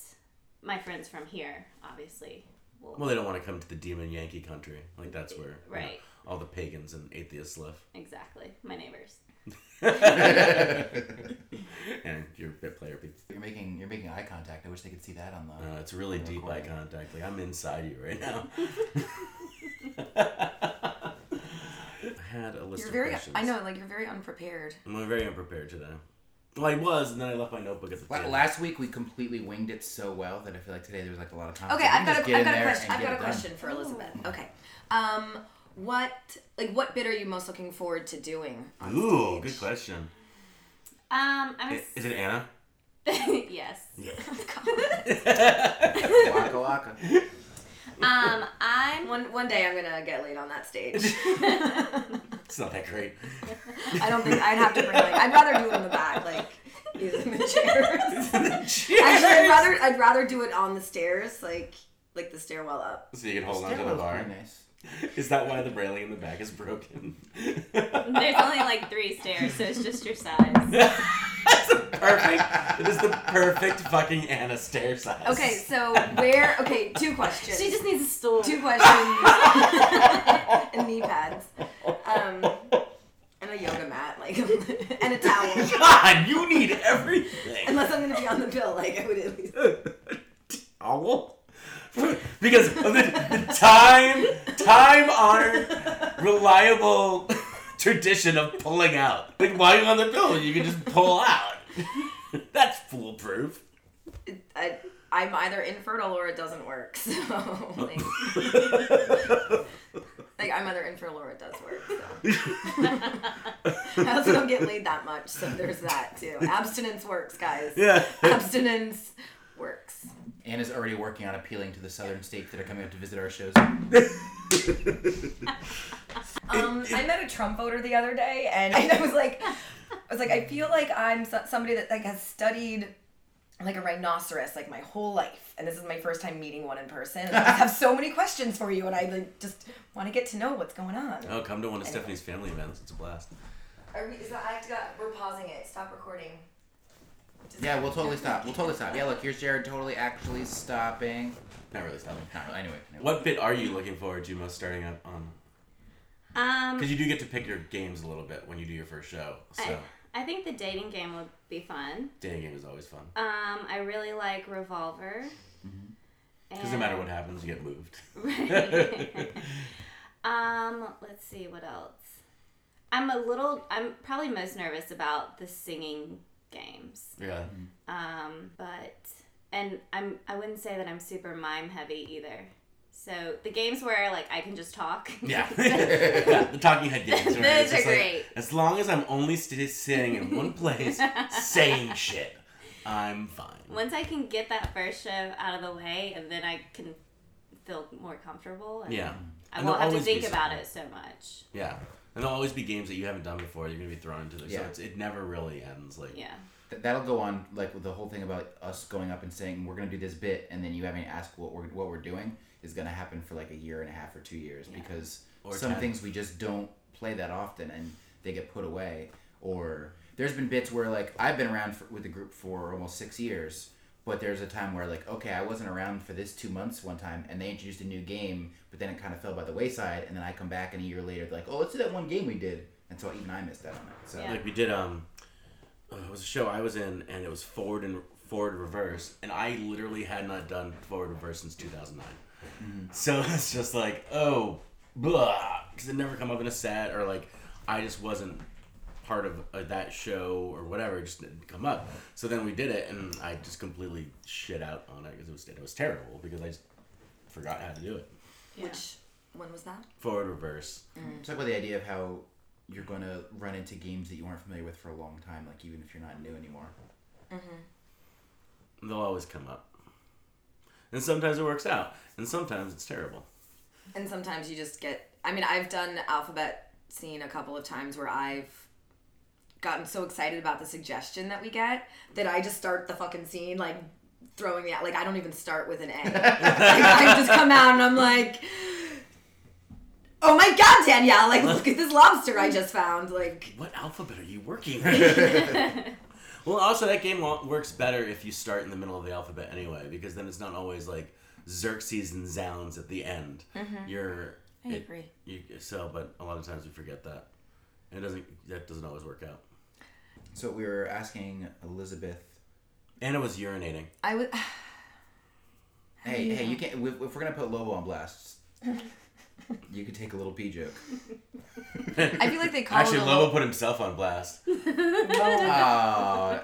[SPEAKER 5] my friends from here, obviously. Will,
[SPEAKER 2] Well, they don't want to come to the demon Yankee country. Like that's where you know,
[SPEAKER 5] Right.
[SPEAKER 2] all the pagans and atheists live.
[SPEAKER 5] exactly, my neighbors.
[SPEAKER 2] And your bit player people.
[SPEAKER 4] You're making you're making eye contact. I wish they could see that on the.
[SPEAKER 2] Uh, it's really
[SPEAKER 4] on the
[SPEAKER 2] deep eye
[SPEAKER 4] recording.
[SPEAKER 2] contact. Like I'm inside you right now. I had a list
[SPEAKER 1] You're
[SPEAKER 2] of
[SPEAKER 1] very.
[SPEAKER 2] questions.
[SPEAKER 1] I know. Like you're very unprepared.
[SPEAKER 2] I'm very unprepared today. Well, I was, and then I left my notebook at the
[SPEAKER 4] La-
[SPEAKER 2] table.
[SPEAKER 4] Last week we completely winged it so well that I feel like today there was like a lot of time.
[SPEAKER 1] Okay,
[SPEAKER 4] So we
[SPEAKER 1] I've
[SPEAKER 4] can
[SPEAKER 1] got
[SPEAKER 4] just
[SPEAKER 1] a,
[SPEAKER 4] get
[SPEAKER 1] I've
[SPEAKER 4] in
[SPEAKER 1] got a
[SPEAKER 4] there
[SPEAKER 1] question.
[SPEAKER 4] and
[SPEAKER 1] I've
[SPEAKER 4] get
[SPEAKER 1] got a
[SPEAKER 4] it done.
[SPEAKER 1] question for Elizabeth. Oh. Okay. Um, what like what bit are you most looking forward to doing? on
[SPEAKER 2] Ooh,
[SPEAKER 1] stage?
[SPEAKER 2] good question.
[SPEAKER 5] Um, I'm.
[SPEAKER 2] I- Is it Anna?
[SPEAKER 5] yes.
[SPEAKER 1] Oh,
[SPEAKER 4] Waka waka.
[SPEAKER 5] Um, I'm.
[SPEAKER 1] One one day I'm gonna get laid on that stage.
[SPEAKER 2] It's not that great.
[SPEAKER 1] I don't think I'd have to bring like I'd rather do it in the back, like using the chairs. Actually, I'd rather I'd rather do it on the stairs, like like the stairwell up.
[SPEAKER 2] So you can hold on to the
[SPEAKER 4] Stairwell's
[SPEAKER 2] bar.
[SPEAKER 4] pretty nice.
[SPEAKER 2] Is that why the railing in the back is broken?
[SPEAKER 5] There's only like three stairs, so it's just your size.
[SPEAKER 2] perfect. It is the perfect fucking Anna stair size.
[SPEAKER 1] Okay, so where? Okay, two questions.
[SPEAKER 5] She just needs a stool.
[SPEAKER 1] two questions and knee pads, um, and a yoga mat, like and a towel.
[SPEAKER 2] God, you need everything.
[SPEAKER 1] Unless I'm gonna be on the bill, like I would at least.
[SPEAKER 2] Owl? Because of the, the time, time honored, reliable tradition of pulling out. Like, why are you on the bill? You can just pull out. That's foolproof.
[SPEAKER 1] I, I'm either infertile or it doesn't work. So like, like, I'm either infertile or it does work. So. I also don't get laid that much, so there's that too. Abstinence works, guys.
[SPEAKER 2] Yeah.
[SPEAKER 1] Abstinence works.
[SPEAKER 4] Anna's already working on appealing to the southern states that are coming up to visit our shows.
[SPEAKER 1] Um, I met a Trump voter the other day, and I was like, I was like, I feel like I'm so- somebody that like has studied like a rhinoceros like my whole life, and this is my first time meeting one in person. And I just have so many questions for you, and I like just want to get to know what's going on.
[SPEAKER 2] Oh, come to one of Stephanie's family events. It's a blast.
[SPEAKER 1] Are we, is that, I got, we're pausing it. Stop recording.
[SPEAKER 4] Yeah, we'll totally stop. We'll totally stop. Yeah, look, here's Jared totally actually stopping.
[SPEAKER 2] Not really stopping.
[SPEAKER 4] No, anyway. anyway.
[SPEAKER 2] What bit are you looking forward to most starting up on?
[SPEAKER 5] Um,
[SPEAKER 2] Because you do get to pick your games a little bit when you do your first show. So,
[SPEAKER 5] I, I think the dating game would be fun.
[SPEAKER 2] dating game is always fun.
[SPEAKER 5] Um, I really like Revolver.
[SPEAKER 2] Because no Mm-hmm. matter what happens, you get moved.
[SPEAKER 5] Um, let's see what else. I'm a little. I'm probably most nervous about the singing games.
[SPEAKER 2] Yeah.
[SPEAKER 5] Um, but and I'm. I wouldn't say that I'm super mime heavy either. So the games where like I can just talk.
[SPEAKER 2] Yeah. yeah. The talking head games. Right?
[SPEAKER 5] Those
[SPEAKER 2] It's just
[SPEAKER 5] are
[SPEAKER 2] like,
[SPEAKER 5] great.
[SPEAKER 2] as long as I'm only st- sitting in one place saying shit, I'm fine.
[SPEAKER 5] Once I can get that first show out of the way, and then I can feel more comfortable. And
[SPEAKER 2] Yeah.
[SPEAKER 5] I
[SPEAKER 2] And
[SPEAKER 5] won't
[SPEAKER 2] there'll
[SPEAKER 5] have to
[SPEAKER 2] always be
[SPEAKER 5] think about
[SPEAKER 2] something.
[SPEAKER 5] it so much.
[SPEAKER 2] Yeah. And there'll always be games that you haven't done before. You're gonna be thrown into. This,
[SPEAKER 4] Yeah.
[SPEAKER 2] So it's, it never really ends. Like.
[SPEAKER 5] Yeah.
[SPEAKER 4] Th- that'll go on like with the whole thing about us going up and saying we're gonna do this bit, and then you having to ask what we're what we're doing is gonna happen for like a year and a half or two years because
[SPEAKER 2] Or
[SPEAKER 4] some
[SPEAKER 2] ten.
[SPEAKER 4] things we just don't play that often, and they get put away. Or there's been bits where like I've been around for, with the group for almost six years, But there's a time where like, okay, I wasn't around for this two months one time, and they introduced a new game, but then it kind of fell by the wayside, and then I come back and a year later, they're like, oh, let's do that one game we did, and so even I missed out on it. So
[SPEAKER 5] Yeah.
[SPEAKER 2] Like we did um uh, it was a show I was in and it was forward and forward reverse and I literally had not done forward reverse since 2009. So it's just like, oh, blah, cuz it never come up in a set or like I just wasn't part of uh, that show or whatever, it just didn't come up. So then we did it and I just completely shit out on it cuz it was it was terrible because I just forgot how to do it.
[SPEAKER 1] Which when was that?
[SPEAKER 2] Forward reverse.
[SPEAKER 4] talk about the idea of how you're going to run into games that you weren't familiar with for a long time, like even if you're not new anymore.
[SPEAKER 2] They'll always come up. And sometimes it works out and sometimes it's terrible.
[SPEAKER 1] And sometimes you just get. I mean, I've done alphabet scene a couple of times where I've gotten so excited about the suggestion that we get that I just start the fucking scene like throwing the like I don't even start with an A. Like, I just come out and I'm like, oh my god, Danielle! Like look at this lobster I just found. Like
[SPEAKER 2] What alphabet are you working with? well, also, that game wa- works better if you start in the middle of the alphabet anyway, because then it's not always like Xerxes and Zounds at the end. You're. I
[SPEAKER 5] agree.
[SPEAKER 2] You, so, but a lot of times we forget that. And It doesn't. That doesn't always work out.
[SPEAKER 4] So we were asking Elizabeth
[SPEAKER 2] Anna was urinating.
[SPEAKER 1] I would.
[SPEAKER 4] Hey, hey, you can't. If, if we're gonna put Lobo on blast, you could take a little pee joke.
[SPEAKER 1] I feel like they call
[SPEAKER 2] Actually,
[SPEAKER 1] it a
[SPEAKER 2] Lobo put himself on blast.
[SPEAKER 4] Uh,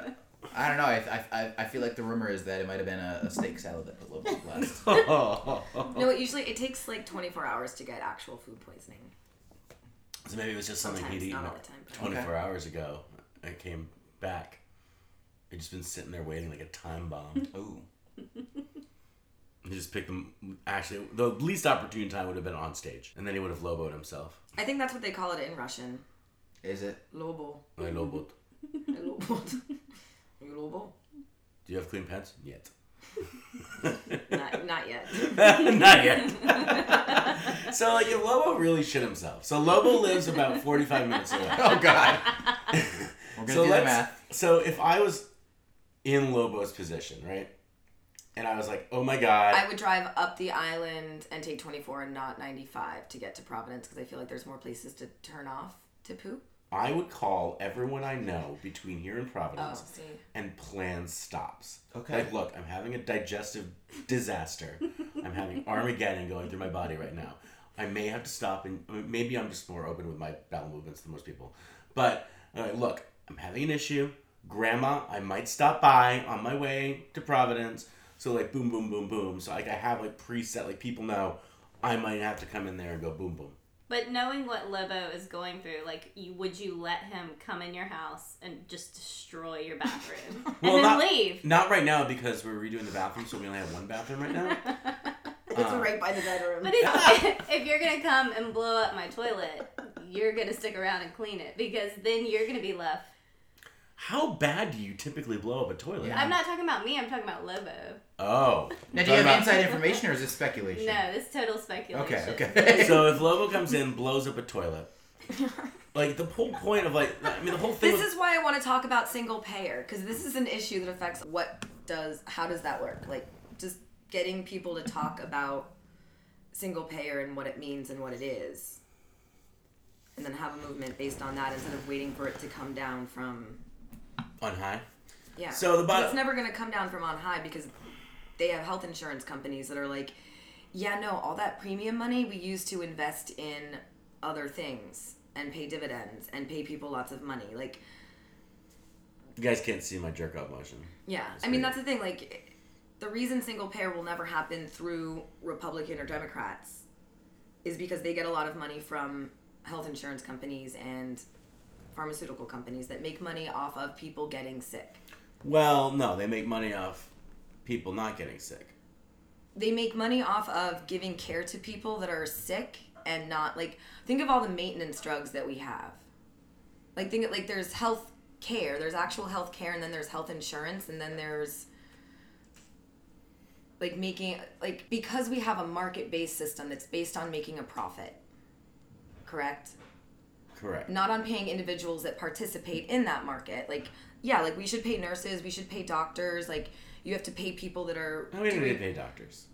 [SPEAKER 4] I don't know. I, I- I, I feel like the rumor is that it might have been a, a steak salad that put Lobo on blast.
[SPEAKER 2] so
[SPEAKER 1] No, it usually it takes like 24 hours to get actual food poisoning.
[SPEAKER 2] maybe it was just something
[SPEAKER 1] Sometimes,
[SPEAKER 2] he'd eaten
[SPEAKER 1] not all the time, but-
[SPEAKER 2] 24
[SPEAKER 4] Okay.
[SPEAKER 2] hours ago. It came back. It just been sitting there waiting like a time bomb.
[SPEAKER 4] Ooh.
[SPEAKER 2] He just picked them. Actually, the least opportune time would have been on stage, and then he would have loboed himself.
[SPEAKER 1] I think that's what they call it in Russian.
[SPEAKER 4] Is it?
[SPEAKER 1] Lobo.
[SPEAKER 2] I loboed.
[SPEAKER 1] Lobo. Lobo.
[SPEAKER 2] Do you have clean pants? Yet.
[SPEAKER 1] Not, not yet.
[SPEAKER 2] Not yet. so like, if Lobo really shit himself. So Lobo lives about forty-five minutes away.
[SPEAKER 4] Oh God. we're gonna
[SPEAKER 2] So
[SPEAKER 4] do the
[SPEAKER 2] let's.
[SPEAKER 4] math.
[SPEAKER 2] So if I was in Lobo's position, right, and I was like, oh my god,
[SPEAKER 1] I would drive up the island and take 24 and not 95 to get to Providence because I feel like there's more places to turn off to poop.
[SPEAKER 2] I would call everyone I know between here and
[SPEAKER 1] Oh,
[SPEAKER 2] Providence
[SPEAKER 1] see.
[SPEAKER 2] and plan stops.
[SPEAKER 4] Okay.
[SPEAKER 2] Like, look, I'm having a digestive disaster. I'm having Armageddon going through my body right now. I may have to stop, and I mean, maybe I'm just more open with my bowel movements than most people. But uh, look, I'm having an issue. Grandma, I might stop by on my way to Providence. So like, boom, boom, boom, boom. So like, I have like preset. Like people know, I might have to come in there and go boom, boom.
[SPEAKER 5] But knowing what Lobo is going through, like, you, would you let him come in your house and just destroy your bathroom and
[SPEAKER 2] Well,
[SPEAKER 5] then
[SPEAKER 2] not-
[SPEAKER 5] leave?
[SPEAKER 2] Not right now because we're redoing the bathroom, so we only have one bathroom right now.
[SPEAKER 1] It's right by the bedroom.
[SPEAKER 5] But if, if you're gonna come and blow up my toilet, you're gonna stick around and clean it because then you're gonna be left.
[SPEAKER 2] How bad do you typically blow up a toilet?
[SPEAKER 5] I'm not talking about me. I'm talking about Lobo.
[SPEAKER 2] Oh.
[SPEAKER 4] Now, do you
[SPEAKER 2] Talking
[SPEAKER 4] have
[SPEAKER 2] about-
[SPEAKER 4] inside information or is this speculation?
[SPEAKER 5] No, this is total speculation.
[SPEAKER 4] Okay. Okay.
[SPEAKER 2] So if Lobo comes in, blows up a toilet. Like the whole point of like, I mean, the whole thing.
[SPEAKER 1] this
[SPEAKER 2] was-
[SPEAKER 1] is why I want to talk about single payer because this is an issue that affects what does how does that work? Like just getting people to talk about single payer and what it means and what it is, and then have a movement based on that instead of waiting for it to come down from
[SPEAKER 2] on high.
[SPEAKER 1] yeah.
[SPEAKER 2] So the bottom-
[SPEAKER 1] it's never going to come down from on high because they have health insurance companies that are like, yeah, no, all that premium money we use to invest in other things and pay dividends and pay people lots of money like
[SPEAKER 2] You guys can't see my jerk off motion.
[SPEAKER 1] Yeah, I mean that's the thing. Like, the reason single payer will never happen through Republican or Democrats is because they get a lot of money from health insurance companies and pharmaceutical companies that make money off of people getting sick.
[SPEAKER 2] Well, no, they make money off people not getting sick.
[SPEAKER 1] They make money off of giving care to people that are sick and not like think of all the maintenance drugs that we have. Like think like there's health care, there's actual health care and then there's health insurance and then there's like making like because we have a market-based system that's based on making a profit. Correct?
[SPEAKER 2] Correct.
[SPEAKER 1] not on paying individuals that participate in that market. Like, yeah, like we should pay nurses, we should pay doctors, like you have to pay people that are.
[SPEAKER 2] How many do
[SPEAKER 1] doing-
[SPEAKER 2] they pay doctors?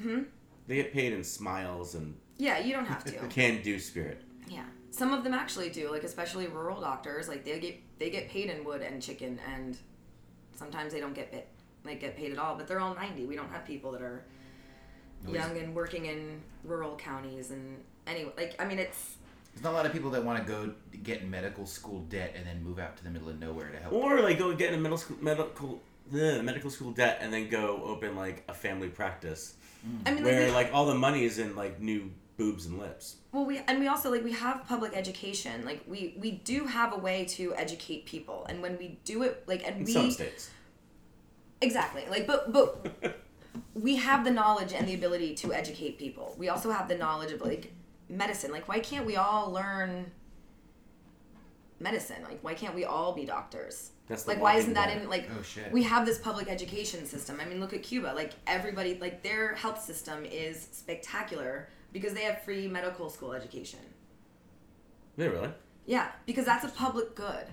[SPEAKER 2] Hmm? They get paid in smiles and
[SPEAKER 1] yeah, you don't have to.
[SPEAKER 2] can do spirit.
[SPEAKER 1] yeah, some of them actually do. Like especially rural doctors, like they get they get paid in wood and chicken, and sometimes they don't get bit, like get paid at all. But they're all ninety. We don't have people that are young and working in rural counties and anyway, like I mean, it's
[SPEAKER 4] There's not a lot of people that want to go get medical school debt and then move out to the middle of nowhere to help.
[SPEAKER 2] Or like go get in a middle school medical the medical school debt and then go open like a family practice
[SPEAKER 1] I mean, like,
[SPEAKER 2] where
[SPEAKER 1] we-
[SPEAKER 2] like all the money is in like new boobs and lips.
[SPEAKER 1] Well, we and we also like we have public education. Like we we do have a way to educate people, and when we do it, like and
[SPEAKER 2] In
[SPEAKER 1] we
[SPEAKER 2] some states.
[SPEAKER 1] exactly like but but we have the knowledge and the ability to educate people. We also have the knowledge of like medicine. Like why can't we all learn medicine? Like why can't we all be doctors?
[SPEAKER 2] That's the
[SPEAKER 1] like why
[SPEAKER 2] walking
[SPEAKER 1] isn't that
[SPEAKER 2] wall.
[SPEAKER 1] in like
[SPEAKER 4] Oh, shit.
[SPEAKER 1] we have this public education system. I mean, look at Cuba. Like everybody, like their health system is spectacular because they have free medical school education.
[SPEAKER 2] Yeah, really?
[SPEAKER 1] Yeah, because that's a public good.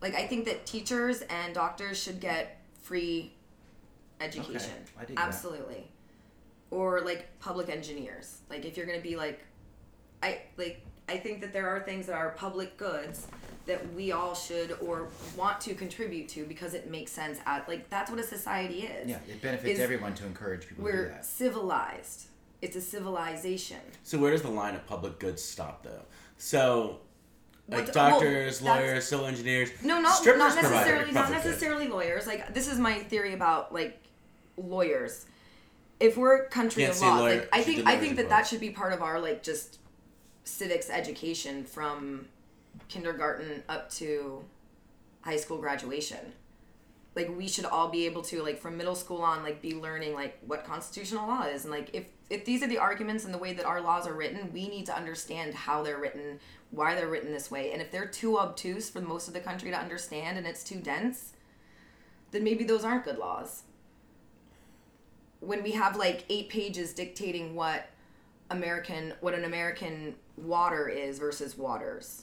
[SPEAKER 1] Like I think that teachers and doctors should get free education.
[SPEAKER 4] I dig that.
[SPEAKER 1] Absolutely. Or like public engineers. Like if you're going to be like I like I think that there are things that are public goods that we all should or want to contribute to because it makes sense at like that's what a society is.
[SPEAKER 4] Yeah, it benefits
[SPEAKER 1] Is-
[SPEAKER 4] everyone to encourage people to do
[SPEAKER 1] We're
[SPEAKER 4] that.
[SPEAKER 1] civilized. It's a civilization.
[SPEAKER 2] So where does the line of public goods stop though? So like
[SPEAKER 1] What- well,
[SPEAKER 2] doctors,
[SPEAKER 1] that's-
[SPEAKER 2] lawyers, civil engineers.
[SPEAKER 1] No, not
[SPEAKER 2] strippers
[SPEAKER 1] not
[SPEAKER 2] provide
[SPEAKER 1] necessarily not
[SPEAKER 2] public goods.
[SPEAKER 1] necessarily lawyers. Like this is my theory about like lawyers. If we're a country
[SPEAKER 2] Can't
[SPEAKER 1] of
[SPEAKER 2] say
[SPEAKER 1] law,
[SPEAKER 2] lawyer-
[SPEAKER 1] like I
[SPEAKER 2] she
[SPEAKER 1] think
[SPEAKER 2] did
[SPEAKER 1] I
[SPEAKER 2] lawyers
[SPEAKER 1] think
[SPEAKER 2] as
[SPEAKER 1] that
[SPEAKER 2] well.
[SPEAKER 1] that should be part of our like just civics education from kindergarten up to high school graduation. Like we should all be able to like from middle school on like be learning like what constitutional law is and like if if these are the arguments and the way that our laws are written, we need to understand how they're written, why they're written this way. And if they're too obtuse for most of the country to understand and it's too dense, then maybe those aren't good laws. When we have like eight pages dictating what American what an American water is versus waters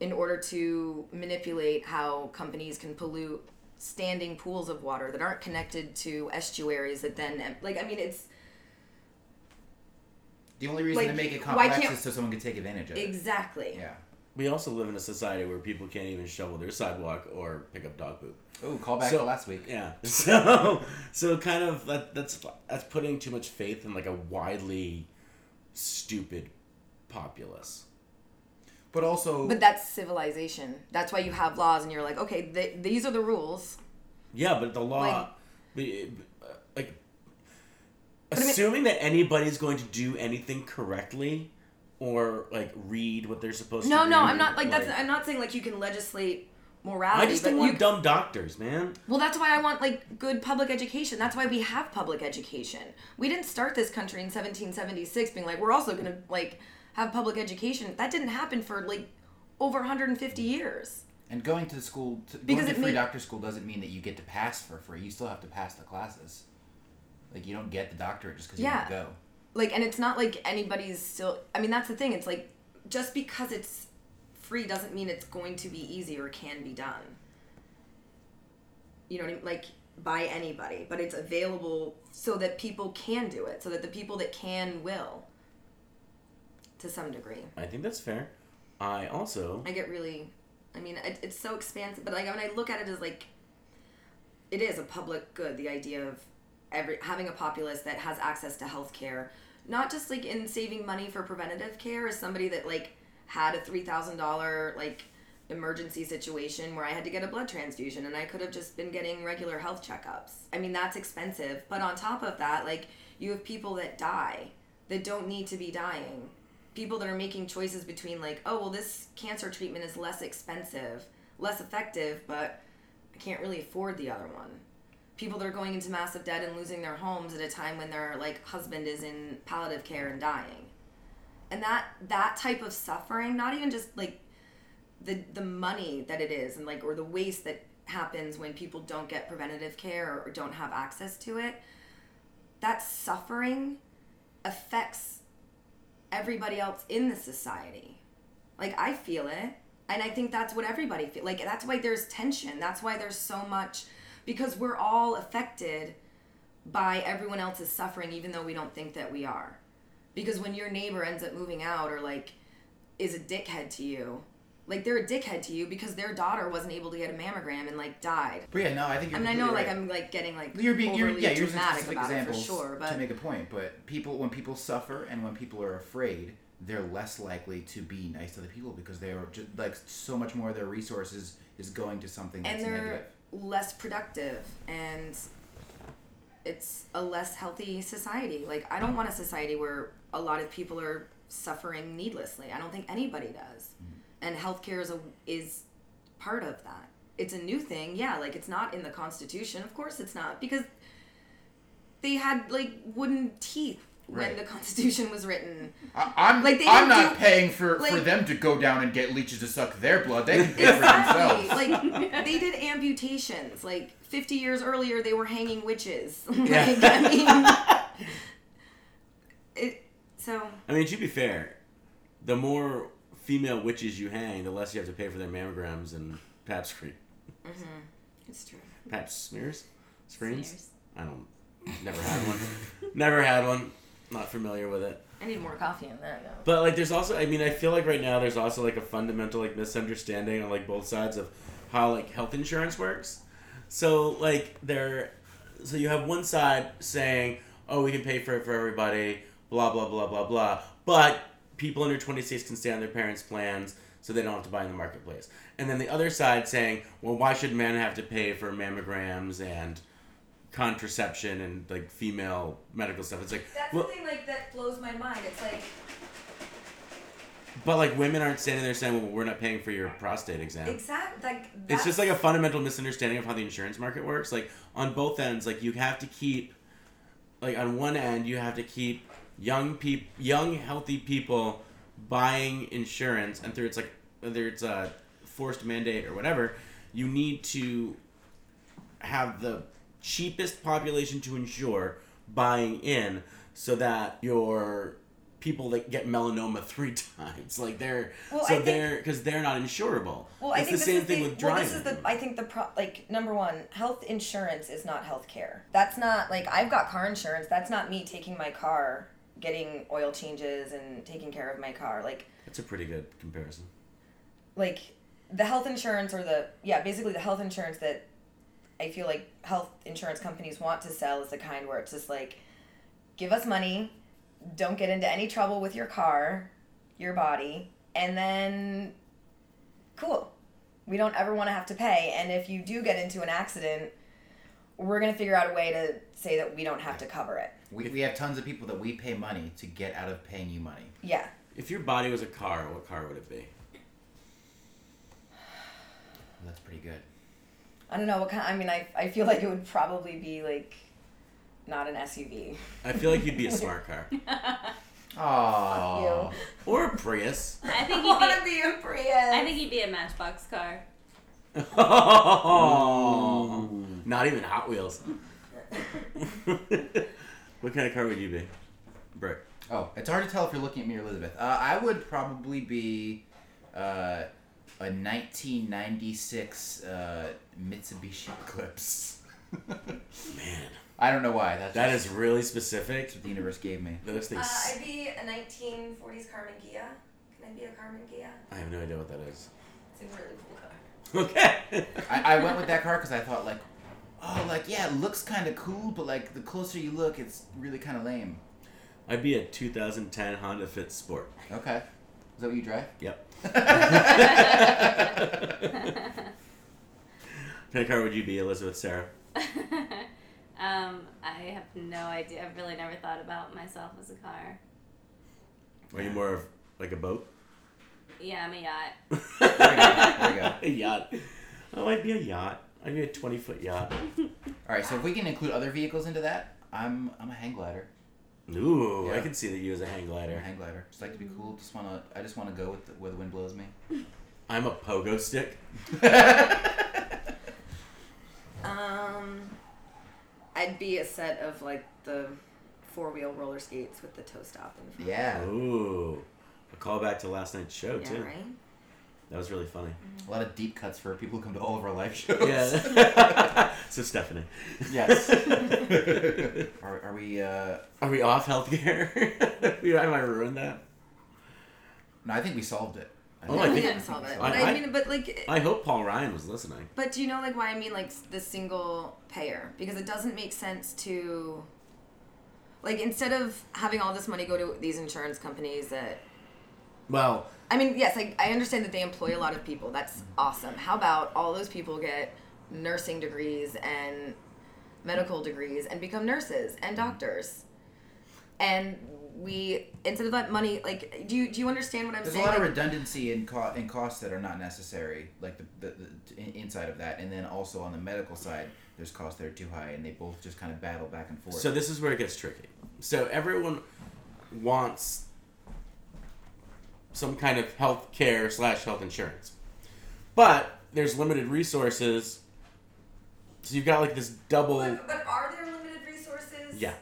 [SPEAKER 1] in order to manipulate how companies can pollute standing pools of water that aren't connected to estuaries that then like I mean it's
[SPEAKER 4] The only reason to
[SPEAKER 1] like,
[SPEAKER 4] make it
[SPEAKER 1] why
[SPEAKER 4] complex
[SPEAKER 1] can't-
[SPEAKER 4] is so someone can take advantage of it.
[SPEAKER 1] exactly
[SPEAKER 4] Yeah.
[SPEAKER 2] We also live in a society where people can't even shovel their sidewalk or pick up dog poop.
[SPEAKER 4] Oh, call back
[SPEAKER 2] So-
[SPEAKER 4] to last week.
[SPEAKER 2] Yeah. So so kind of that that's that's putting too much faith in like a widely stupid populace.
[SPEAKER 4] But also,
[SPEAKER 1] but that's civilization that's why you have laws and you're like okay th- these are the rules
[SPEAKER 2] Yeah, but the law,
[SPEAKER 1] Like-
[SPEAKER 2] the, uh, like,
[SPEAKER 1] I mean-
[SPEAKER 2] assuming that anybody's going to do anything correctly or like read what they're supposed to.
[SPEAKER 1] no no
[SPEAKER 2] read,
[SPEAKER 1] I'm not like that's I'm not saying like you can legislate morality
[SPEAKER 2] I just
[SPEAKER 1] but
[SPEAKER 2] don't
[SPEAKER 1] you
[SPEAKER 2] want dumb doctors, man.
[SPEAKER 1] Well, that's why I want like good public education. That's why we have public education. We didn't start this country in 1776 being like we're also going to like have public education. That didn't happen for like over 150 years.
[SPEAKER 4] and going to the school, to,
[SPEAKER 1] Because
[SPEAKER 4] going to
[SPEAKER 1] it
[SPEAKER 4] free
[SPEAKER 1] made-
[SPEAKER 4] doctor school doesn't mean that you get to pass for free. You still have to pass the classes. Like, you don't get the doctorate just because
[SPEAKER 1] Yeah.
[SPEAKER 4] you don't go.
[SPEAKER 1] Like and it's not like anybody's still I mean that's the thing. It's like just because it's free doesn't mean it's going to be easy or can be done. You know what I mean? Like by anybody, but it's available so that people can do it, so that the people that can will to some degree.
[SPEAKER 2] I think that's fair. I also
[SPEAKER 1] I get really, I mean, it, it's so expansive, but like when I look at it as like, it is a public good. The idea of every having a populace that has access to health care, not just like in saving money for preventative care, as somebody that like had a three thousand dollar like emergency situation where I had to get a blood transfusion and I could have just been getting regular health checkups. I mean, that's expensive, but on top of that, like you have people that die that don't need to be dying people that are making choices between like, oh well, this cancer treatment is less expensive, less effective, but I can't really afford the other one. People that are going into massive debt and losing their homes at a time when their like husband is in palliative care and dying. And that that type of suffering, not even just like the the money that it is and like or the waste that happens when people don't get preventative care or don't have access to it, that suffering affects everybody else in the society. Like I feel it, and I think that's what everybody feel. Like that's why there's tension. That's why there's so much because we're all affected by everyone else's suffering, even though we don't think that we are. Because when your neighbor ends up moving out or like is a dickhead to you, like they're a dickhead to you because their daughter wasn't able to get a mammogram and like died.
[SPEAKER 4] But yeah, no, I think
[SPEAKER 1] I
[SPEAKER 4] you're
[SPEAKER 1] mean, I know
[SPEAKER 4] completely
[SPEAKER 1] like
[SPEAKER 4] right.
[SPEAKER 1] I'm like getting like
[SPEAKER 4] You're being, you're,
[SPEAKER 1] overly
[SPEAKER 4] yeah, you're using
[SPEAKER 1] dramatic
[SPEAKER 4] specific
[SPEAKER 1] about it for
[SPEAKER 4] examples
[SPEAKER 1] sure,
[SPEAKER 4] to
[SPEAKER 1] but
[SPEAKER 4] make a point. But people, when people suffer and when people are afraid, they're less likely to be nice to other people because they are just like so much more of their resources is going to something that's
[SPEAKER 1] and they're
[SPEAKER 4] negative.
[SPEAKER 1] less productive and it's a less healthy society like i don't want a society where a lot of people are suffering needlessly i don't think anybody does
[SPEAKER 4] Mm.
[SPEAKER 1] and healthcare is a is part of that it's a new thing yeah like it's not in the constitution of course it's not because they had like wooden teeth when
[SPEAKER 4] Right.
[SPEAKER 1] the constitution was written
[SPEAKER 4] I, I'm
[SPEAKER 1] like, they don't
[SPEAKER 4] I'm not
[SPEAKER 1] do-
[SPEAKER 4] paying for, for
[SPEAKER 1] like-
[SPEAKER 4] them to go down and get leeches to suck their blood. They can pay for
[SPEAKER 1] Exactly.
[SPEAKER 4] themselves.
[SPEAKER 1] like they did amputations. Like 50 years earlier, they were hanging witches. like,
[SPEAKER 2] Yeah.
[SPEAKER 1] I mean, it. So
[SPEAKER 2] I mean, to be fair, the more female witches you hang, the less you have to pay for their mammograms and pap screen,
[SPEAKER 1] it's true.
[SPEAKER 2] pap smears, screens.
[SPEAKER 5] Smears.
[SPEAKER 2] I don't. Never had one. never had one. Not familiar with it.
[SPEAKER 1] I need more coffee in that now.
[SPEAKER 2] But like, there's also. I mean, I feel like right now there's also like a fundamental like misunderstanding on like both sides of how like health insurance works. So like there, so you have one side saying, "Oh, we can pay for it for everybody," blah blah blah blah blah. But people under 26 can stay on their parents' plans, so they don't have to buy in the marketplace. And then the other side saying, "Well, why should men have to pay for mammograms and contraception and like female medical stuff?" It's like,
[SPEAKER 1] That's
[SPEAKER 2] well,
[SPEAKER 1] the thing, like that blows my mind. It's like
[SPEAKER 2] but like women aren't standing there saying, "Well, we're not paying for your prostate exam."
[SPEAKER 1] exact like.
[SPEAKER 2] it's
[SPEAKER 1] that's-
[SPEAKER 2] just like a fundamental misunderstanding of how the insurance market works like on both ends like you have to keep like on one end you have to keep young people young healthy people buying insurance and through it's like whether it's a forced mandate or whatever you need to have the cheapest population to insure buying in so that your people that get melanoma three times like they're
[SPEAKER 1] Well, I
[SPEAKER 2] so
[SPEAKER 1] think-
[SPEAKER 2] they're because they're not insurable
[SPEAKER 1] Well, I
[SPEAKER 2] it's
[SPEAKER 1] think
[SPEAKER 2] the
[SPEAKER 1] this
[SPEAKER 2] same
[SPEAKER 1] is
[SPEAKER 2] thing
[SPEAKER 1] the,
[SPEAKER 2] with
[SPEAKER 1] well,
[SPEAKER 2] driving.
[SPEAKER 1] this is the. I think the pro, like number one, health insurance is not health care. That's not like I've got car insurance. That's not me taking my car, getting oil changes, and taking care of my car. Like
[SPEAKER 2] That's a pretty good comparison.
[SPEAKER 1] like the health insurance or the yeah basically the health insurance that i feel like health insurance companies want to sell is the kind where it's just like give us money don't get into any trouble with your car your body and then cool we don't ever want to have to pay and if you do get into an accident we're going to figure out a way to say that we don't have to cover it
[SPEAKER 4] We, we have tons of people that we pay money to get out of paying you money.
[SPEAKER 1] yeah
[SPEAKER 2] If your body was a car, what car would it be?
[SPEAKER 4] That's pretty good.
[SPEAKER 1] i don't know what kind i mean i, I feel like it would probably be like not an suv
[SPEAKER 2] I feel like you'd be a smart car.
[SPEAKER 4] Oh,
[SPEAKER 1] you.
[SPEAKER 2] Or a Prius.
[SPEAKER 5] I think
[SPEAKER 1] I
[SPEAKER 5] you'd
[SPEAKER 1] want to
[SPEAKER 5] be.
[SPEAKER 1] be a Prius.
[SPEAKER 5] I think you'd be a Matchbox car.
[SPEAKER 2] Oh, not even Hot Wheels. what kind of car would you be? Brick.
[SPEAKER 4] Oh, it's hard to tell if you're looking at me or Elizabeth. Uh, I would probably be uh, a 1996 uh, Mitsubishi Eclipse.
[SPEAKER 2] Man,
[SPEAKER 4] I don't know why. That's
[SPEAKER 2] that
[SPEAKER 4] just
[SPEAKER 2] is really specific.
[SPEAKER 4] what the universe gave me.
[SPEAKER 2] Those
[SPEAKER 1] Uh,
[SPEAKER 2] things.
[SPEAKER 1] I'd be a 1940s Carmen Ghia. Can I be a Carmen Ghia?
[SPEAKER 2] I have no idea what that is.
[SPEAKER 1] It's a really cool car.
[SPEAKER 2] Okay.
[SPEAKER 4] I, I went with that car because I thought like, oh, like yeah, it looks kind of cool, but like the closer you look, it's really kind of lame.
[SPEAKER 2] I'd be a 2010 Honda Fit Sport.
[SPEAKER 4] Okay, is that what you drive?
[SPEAKER 2] Yep. What kind of car would you be, Elizabeth Sarah?
[SPEAKER 5] um, I have no idea. I've really never thought about myself as a car.
[SPEAKER 2] Are you more of like a boat?
[SPEAKER 5] Yeah, I'm a yacht.
[SPEAKER 4] there we go. There we go.
[SPEAKER 2] a yacht. Oh, I'd be a yacht. I'd be a twenty foot yacht.
[SPEAKER 4] All right, so if we can include other vehicles into that, I'm I'm a hang glider.
[SPEAKER 2] Ooh, I
[SPEAKER 4] Yeah.
[SPEAKER 2] can see that you as a hang
[SPEAKER 4] I'm a
[SPEAKER 2] glider.
[SPEAKER 4] hang glider. Just like to be cool. Just wanna. I just wanna go with the, where the wind blows me.
[SPEAKER 2] I'm a pogo stick.
[SPEAKER 1] Um, I'd be a set of like the four wheel roller skates with the toe stop in front.
[SPEAKER 4] yeah.
[SPEAKER 2] Ooh, a callback to last night's show
[SPEAKER 1] Yeah,
[SPEAKER 2] too.
[SPEAKER 1] right.
[SPEAKER 2] That was really funny.
[SPEAKER 4] A lot of deep cuts for people who come to all of our live shows.
[SPEAKER 2] Yeah. so Stephanie,
[SPEAKER 4] Yes. are, are we? Uh,
[SPEAKER 2] are we off healthcare? we, have I ruined that?
[SPEAKER 4] no, I think we solved it. I
[SPEAKER 2] Oh,
[SPEAKER 4] think-
[SPEAKER 2] I
[SPEAKER 1] we
[SPEAKER 2] think-
[SPEAKER 1] didn't solve it.
[SPEAKER 2] I-
[SPEAKER 1] But I,
[SPEAKER 2] I-
[SPEAKER 1] mean, but like,
[SPEAKER 2] I hope Paul Ryan was listening.
[SPEAKER 1] but do you know like why I mean like s- the single payer? Because it doesn't make sense to, like, instead of having all this money go to these insurance companies that.
[SPEAKER 2] Well,
[SPEAKER 1] I mean, yes, I, I understand that they employ a lot of people. That's awesome. How about all those people get nursing degrees and medical degrees and become nurses and
[SPEAKER 2] Mm-hmm.
[SPEAKER 1] doctors? And we, instead of that money, like, do you, do you understand what I'm
[SPEAKER 4] There's a
[SPEAKER 1] saying?
[SPEAKER 4] lot of
[SPEAKER 1] Like,
[SPEAKER 4] redundancy in co- in costs that are not necessary, like the, the, the in- inside of that, and then also on the medical side, there's costs that are too high, and they both just kind of battle back and forth.
[SPEAKER 2] so this is where it gets tricky. So everyone wants some kind of health care slash health insurance, but there's limited resources. So you've got like this double.
[SPEAKER 1] But, but are there limited resources?
[SPEAKER 2] Yeah.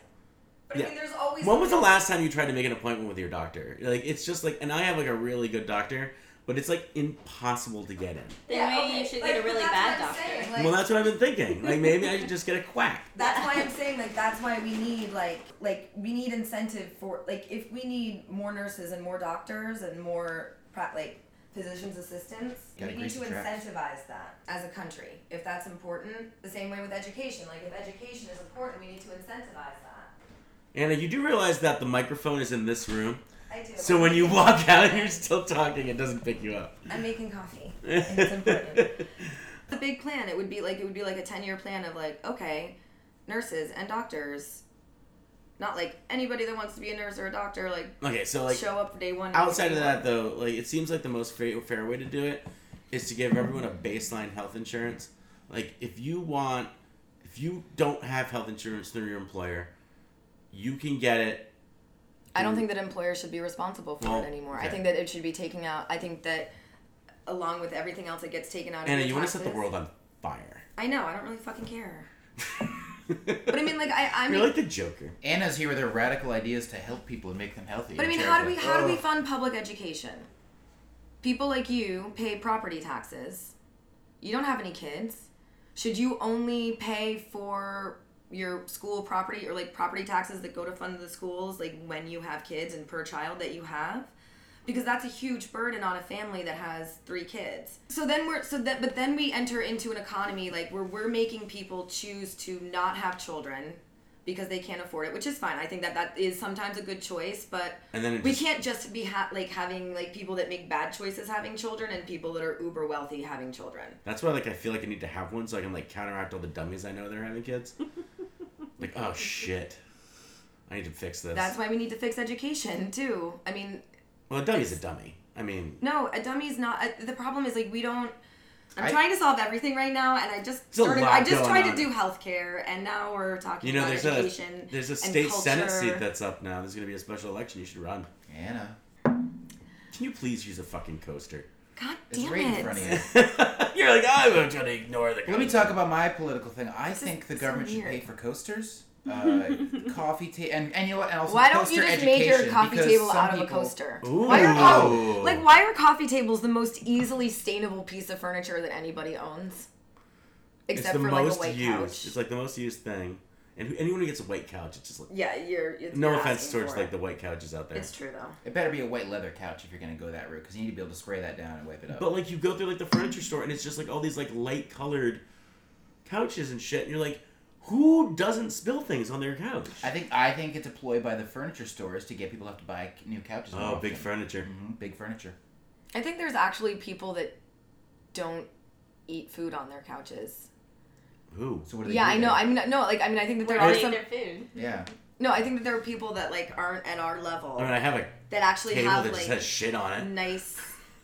[SPEAKER 1] But I
[SPEAKER 2] yeah.
[SPEAKER 1] mean, there's always.
[SPEAKER 2] When was the last time you tried to make an appointment with your doctor? Like it's just like, and I have like a really good doctor, but it's like impossible to get in.
[SPEAKER 5] Then
[SPEAKER 1] Yeah,
[SPEAKER 5] maybe
[SPEAKER 1] okay.
[SPEAKER 5] you should
[SPEAKER 1] Like,
[SPEAKER 5] get a really
[SPEAKER 1] that's
[SPEAKER 5] bad
[SPEAKER 1] what I'm
[SPEAKER 5] doctor.
[SPEAKER 1] saying, like-
[SPEAKER 2] well, that's what I've been thinking. Like maybe I should just get a quack.
[SPEAKER 1] That's why I'm saying like that's why we need like like we need incentive for like if we need more nurses and more doctors and more pra- like physicians assistants
[SPEAKER 4] Gotta
[SPEAKER 1] we need
[SPEAKER 4] grease
[SPEAKER 1] to
[SPEAKER 4] the traps.
[SPEAKER 1] incentivize that as a country if that's important the same way with education like if education is important we need to incentivize that
[SPEAKER 2] Anna, you do realize that the microphone is in this room,
[SPEAKER 1] I do
[SPEAKER 2] so when you walk out, you're still talking. It doesn't pick you up.
[SPEAKER 1] I'm making coffee and it's important the big plan it would be like it would be like a 10 year plan of like okay nurses and doctors not like anybody that wants to be a nurse or a doctor like
[SPEAKER 2] okay, so like
[SPEAKER 1] show up for day one
[SPEAKER 2] outside of that though, like it seems like the most fair, fair way to do it is to give everyone a baseline health insurance. Like if you want, if you don't have health insurance through your employer, you can get it
[SPEAKER 1] i don't think that employers should be responsible for
[SPEAKER 2] Well,
[SPEAKER 1] it anymore i
[SPEAKER 2] okay.
[SPEAKER 1] think that it should be taking out i think that along with everything else that gets taken out of
[SPEAKER 2] Anna,
[SPEAKER 1] your
[SPEAKER 2] you want to set the
[SPEAKER 1] taxes-
[SPEAKER 2] world on fire.
[SPEAKER 1] i know i don't really fucking care
[SPEAKER 2] but
[SPEAKER 1] but i mean like i i mean
[SPEAKER 2] you're like the Joker.
[SPEAKER 4] Anna's here with her radical ideas to help people and make them healthy.
[SPEAKER 1] But I
[SPEAKER 4] and
[SPEAKER 1] mean, how do we
[SPEAKER 4] charitable.
[SPEAKER 1] how do we
[SPEAKER 4] Ugh.
[SPEAKER 1] fund public education? People like you pay property taxes. You don't have any kids. Should you only pay for your school property or like property taxes that go to fund the schools like when you have kids and per child that you have? Because that's a huge burden on a family that has three kids. So then we're so that but then we enter into an economy like where we're making people choose to not have children because they can't afford it, which is fine. I think that that is sometimes a good choice, but
[SPEAKER 2] And then it
[SPEAKER 1] we
[SPEAKER 2] just-
[SPEAKER 1] can't just be ha- like having like people that make bad choices having children and people that are uber wealthy having children.
[SPEAKER 2] That's why like I feel like I need to have one so I can like counteract all the dummies I know that are having kids. like oh shit, I need to fix this.
[SPEAKER 1] That's why we need to fix education too. I mean,
[SPEAKER 2] well, a dummy's a dummy. I mean,
[SPEAKER 1] no, a dummy's not. uh the problem is like we don't. I'm
[SPEAKER 4] I-
[SPEAKER 1] trying to solve everything right now, and I just
[SPEAKER 2] a
[SPEAKER 1] started.
[SPEAKER 2] lot
[SPEAKER 1] I just
[SPEAKER 2] going
[SPEAKER 1] tried to
[SPEAKER 2] on.
[SPEAKER 1] do healthcare, and now we're talking
[SPEAKER 2] you know,
[SPEAKER 1] about
[SPEAKER 2] there's
[SPEAKER 1] education.
[SPEAKER 2] a there's a
[SPEAKER 1] and
[SPEAKER 2] state senate
[SPEAKER 1] culture.
[SPEAKER 2] seat that's up now. There's gonna be a special election. You should run.
[SPEAKER 4] "Oh, Anna,
[SPEAKER 2] Can you please use a fucking coaster?
[SPEAKER 1] God
[SPEAKER 4] it's
[SPEAKER 1] damn
[SPEAKER 4] right
[SPEAKER 1] it!
[SPEAKER 4] in front of you.
[SPEAKER 2] You're like I'm trying to ignore the.
[SPEAKER 4] Let me talk about my political thing. I
[SPEAKER 1] is
[SPEAKER 4] think the
[SPEAKER 1] so
[SPEAKER 4] government should
[SPEAKER 1] weird.
[SPEAKER 4] pay for coasters, uh, coffee table, and, and you know what? And also
[SPEAKER 1] Why don't you
[SPEAKER 4] coaster
[SPEAKER 1] just make your
[SPEAKER 4] education,
[SPEAKER 1] coffee
[SPEAKER 4] because
[SPEAKER 1] table
[SPEAKER 4] some
[SPEAKER 1] out of a
[SPEAKER 4] people-
[SPEAKER 1] coaster?
[SPEAKER 2] Ooh.
[SPEAKER 1] Why are co- like why are coffee tables the most easily stainable piece of furniture that anybody owns?
[SPEAKER 2] It's
[SPEAKER 1] Except
[SPEAKER 2] the
[SPEAKER 1] for like a
[SPEAKER 2] most
[SPEAKER 1] white
[SPEAKER 2] used.
[SPEAKER 1] couch.
[SPEAKER 2] It's like the most used thing. And who, anyone who gets a white couch, it's just like
[SPEAKER 1] yeah, you're. It's,
[SPEAKER 2] no
[SPEAKER 1] you're
[SPEAKER 2] offense
[SPEAKER 1] asking
[SPEAKER 2] towards
[SPEAKER 1] for
[SPEAKER 2] like
[SPEAKER 1] it.
[SPEAKER 2] the white couches out there.
[SPEAKER 1] It's true though.
[SPEAKER 4] It better be a white leather couch if you're going to go that route, because you need to be able to spray that down and wipe it up.
[SPEAKER 2] But like you go through like the furniture store and it's just like all these like light colored couches and shit. And you're like, who doesn't spill things on their couch?
[SPEAKER 4] I think I think it's a ploy by the furniture stores to get people to have to buy new couches. more
[SPEAKER 2] Oh, big
[SPEAKER 4] often.
[SPEAKER 2] furniture.
[SPEAKER 4] Mhm, big furniture.
[SPEAKER 1] I think there's actually people that don't eat food on their couches.
[SPEAKER 2] Who?
[SPEAKER 4] So what do they
[SPEAKER 1] Yeah,
[SPEAKER 4] do
[SPEAKER 1] I know.
[SPEAKER 4] then?
[SPEAKER 1] I mean, no, like I mean, I think that there
[SPEAKER 5] Where
[SPEAKER 1] are
[SPEAKER 5] they eat
[SPEAKER 1] some.
[SPEAKER 5] their food.
[SPEAKER 4] yeah,
[SPEAKER 1] No, I think that there are people that like aren't at our level
[SPEAKER 2] I mean, I have a
[SPEAKER 1] that actually
[SPEAKER 2] table
[SPEAKER 1] have
[SPEAKER 2] that just has
[SPEAKER 1] like
[SPEAKER 2] shit on it.
[SPEAKER 1] nice.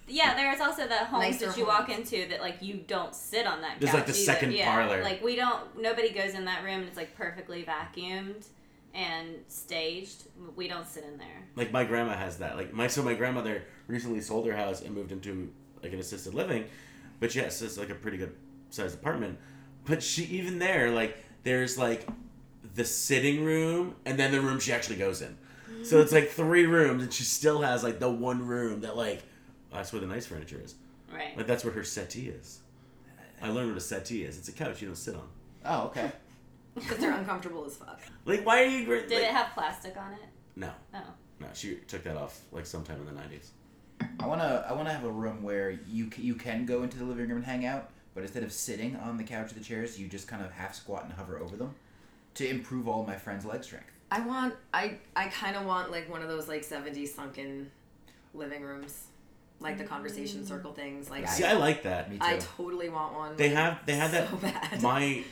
[SPEAKER 5] Yeah, there's also the homes
[SPEAKER 1] Nicer
[SPEAKER 5] that you walk
[SPEAKER 1] homes.
[SPEAKER 5] into that like you don't sit on that.
[SPEAKER 2] There's,
[SPEAKER 5] couch
[SPEAKER 2] like, the
[SPEAKER 5] either.
[SPEAKER 2] second
[SPEAKER 5] yeah,
[SPEAKER 2] parlor.
[SPEAKER 5] Like we don't. Nobody goes in that room. and It's like perfectly vacuumed and staged. We don't sit in there.
[SPEAKER 2] Like my grandma has that. Like my so my grandmother recently sold her house and moved into like an assisted living, but yes, it's like a pretty good sized apartment. But she even there like there's like the sitting room and then the room she actually goes in. So it's like three rooms and she still has like the one room that like that's where the nice furniture is.
[SPEAKER 5] Right.
[SPEAKER 2] Like that's what her settee is. I learned what a settee is. It's a couch you don't sit on.
[SPEAKER 4] Oh, okay.
[SPEAKER 1] because they're uncomfortable as fuck.
[SPEAKER 2] Like why are you? Like,
[SPEAKER 5] Did it have plastic on it?
[SPEAKER 2] no,
[SPEAKER 5] Oh.
[SPEAKER 2] no. She took that off like sometime in the nineties.
[SPEAKER 4] I wanna I wanna have a room where you c- you can go into the living room and hang out, but instead of sitting on the couch or the chairs, you just kind of half squat and hover over them, to improve all my friends' leg strength.
[SPEAKER 1] I want I I kind of want like one of those like 70s sunken living rooms, like the conversation circle things. Like
[SPEAKER 2] See, I like that.
[SPEAKER 4] Me too.
[SPEAKER 1] I, I totally want one.
[SPEAKER 2] They
[SPEAKER 1] like,
[SPEAKER 2] have they had that.
[SPEAKER 1] so bad.
[SPEAKER 2] My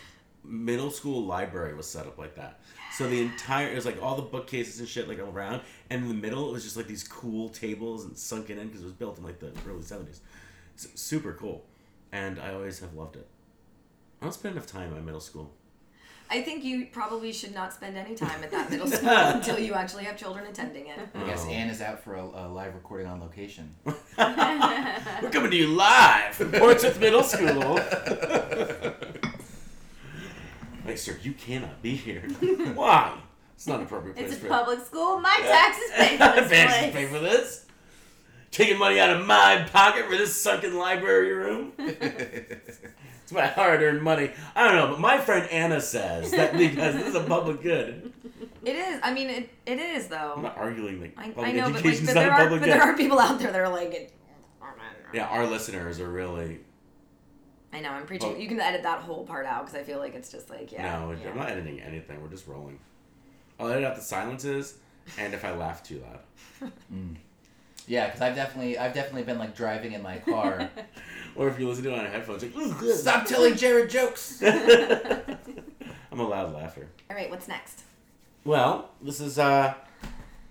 [SPEAKER 2] middle school library was set up like that. So the entire it was like all the bookcases and shit like around, and in the middle it was just like these cool tables and sunken in because it was built in like the early seventies. Super cool, and I always have loved it. I don't spend enough time in my middle school.
[SPEAKER 1] I think you probably should not spend any time at that middle school until you actually have children attending it.
[SPEAKER 4] I guess
[SPEAKER 2] Oh.
[SPEAKER 4] Anne is out for a, a live recording on location.
[SPEAKER 2] We're coming to you live from Portsmouth Middle School. like, sir, you cannot be here. Why? It's not an appropriate place
[SPEAKER 5] It's
[SPEAKER 2] for
[SPEAKER 5] a public school. My taxes pay for this
[SPEAKER 2] Banks is
[SPEAKER 5] place.
[SPEAKER 2] paying for this. Taking money out of my pocket for this sunken library room. it's my hard-earned money. I don't know, but my friend Anna says that because this is a public good.
[SPEAKER 1] It is. I mean, it, it is though.
[SPEAKER 2] I'm not arguing like
[SPEAKER 1] I,
[SPEAKER 2] public
[SPEAKER 1] I know, but, like,
[SPEAKER 2] education's
[SPEAKER 1] but,
[SPEAKER 2] not
[SPEAKER 1] there
[SPEAKER 2] a
[SPEAKER 1] are,
[SPEAKER 2] public
[SPEAKER 1] but
[SPEAKER 2] good.
[SPEAKER 1] there are people out there that are like, it,
[SPEAKER 2] Yeah, our listeners are really
[SPEAKER 1] I know. I'm preaching.
[SPEAKER 2] Well-
[SPEAKER 1] you can edit that whole part out because I feel like it's just like yeah.
[SPEAKER 2] no.
[SPEAKER 1] yeah.
[SPEAKER 2] I'm not editing anything. We're just rolling. I'll edit out the silences and if I laugh too loud.
[SPEAKER 4] Yeah, because I've definitely I've definitely been like driving in my car.
[SPEAKER 2] Or if you listen to it on headphones, like "Ooh, good."
[SPEAKER 4] Stop telling Jared jokes.
[SPEAKER 2] I'm a loud laugher.
[SPEAKER 1] All right. What's next?
[SPEAKER 2] Well, this is uh, I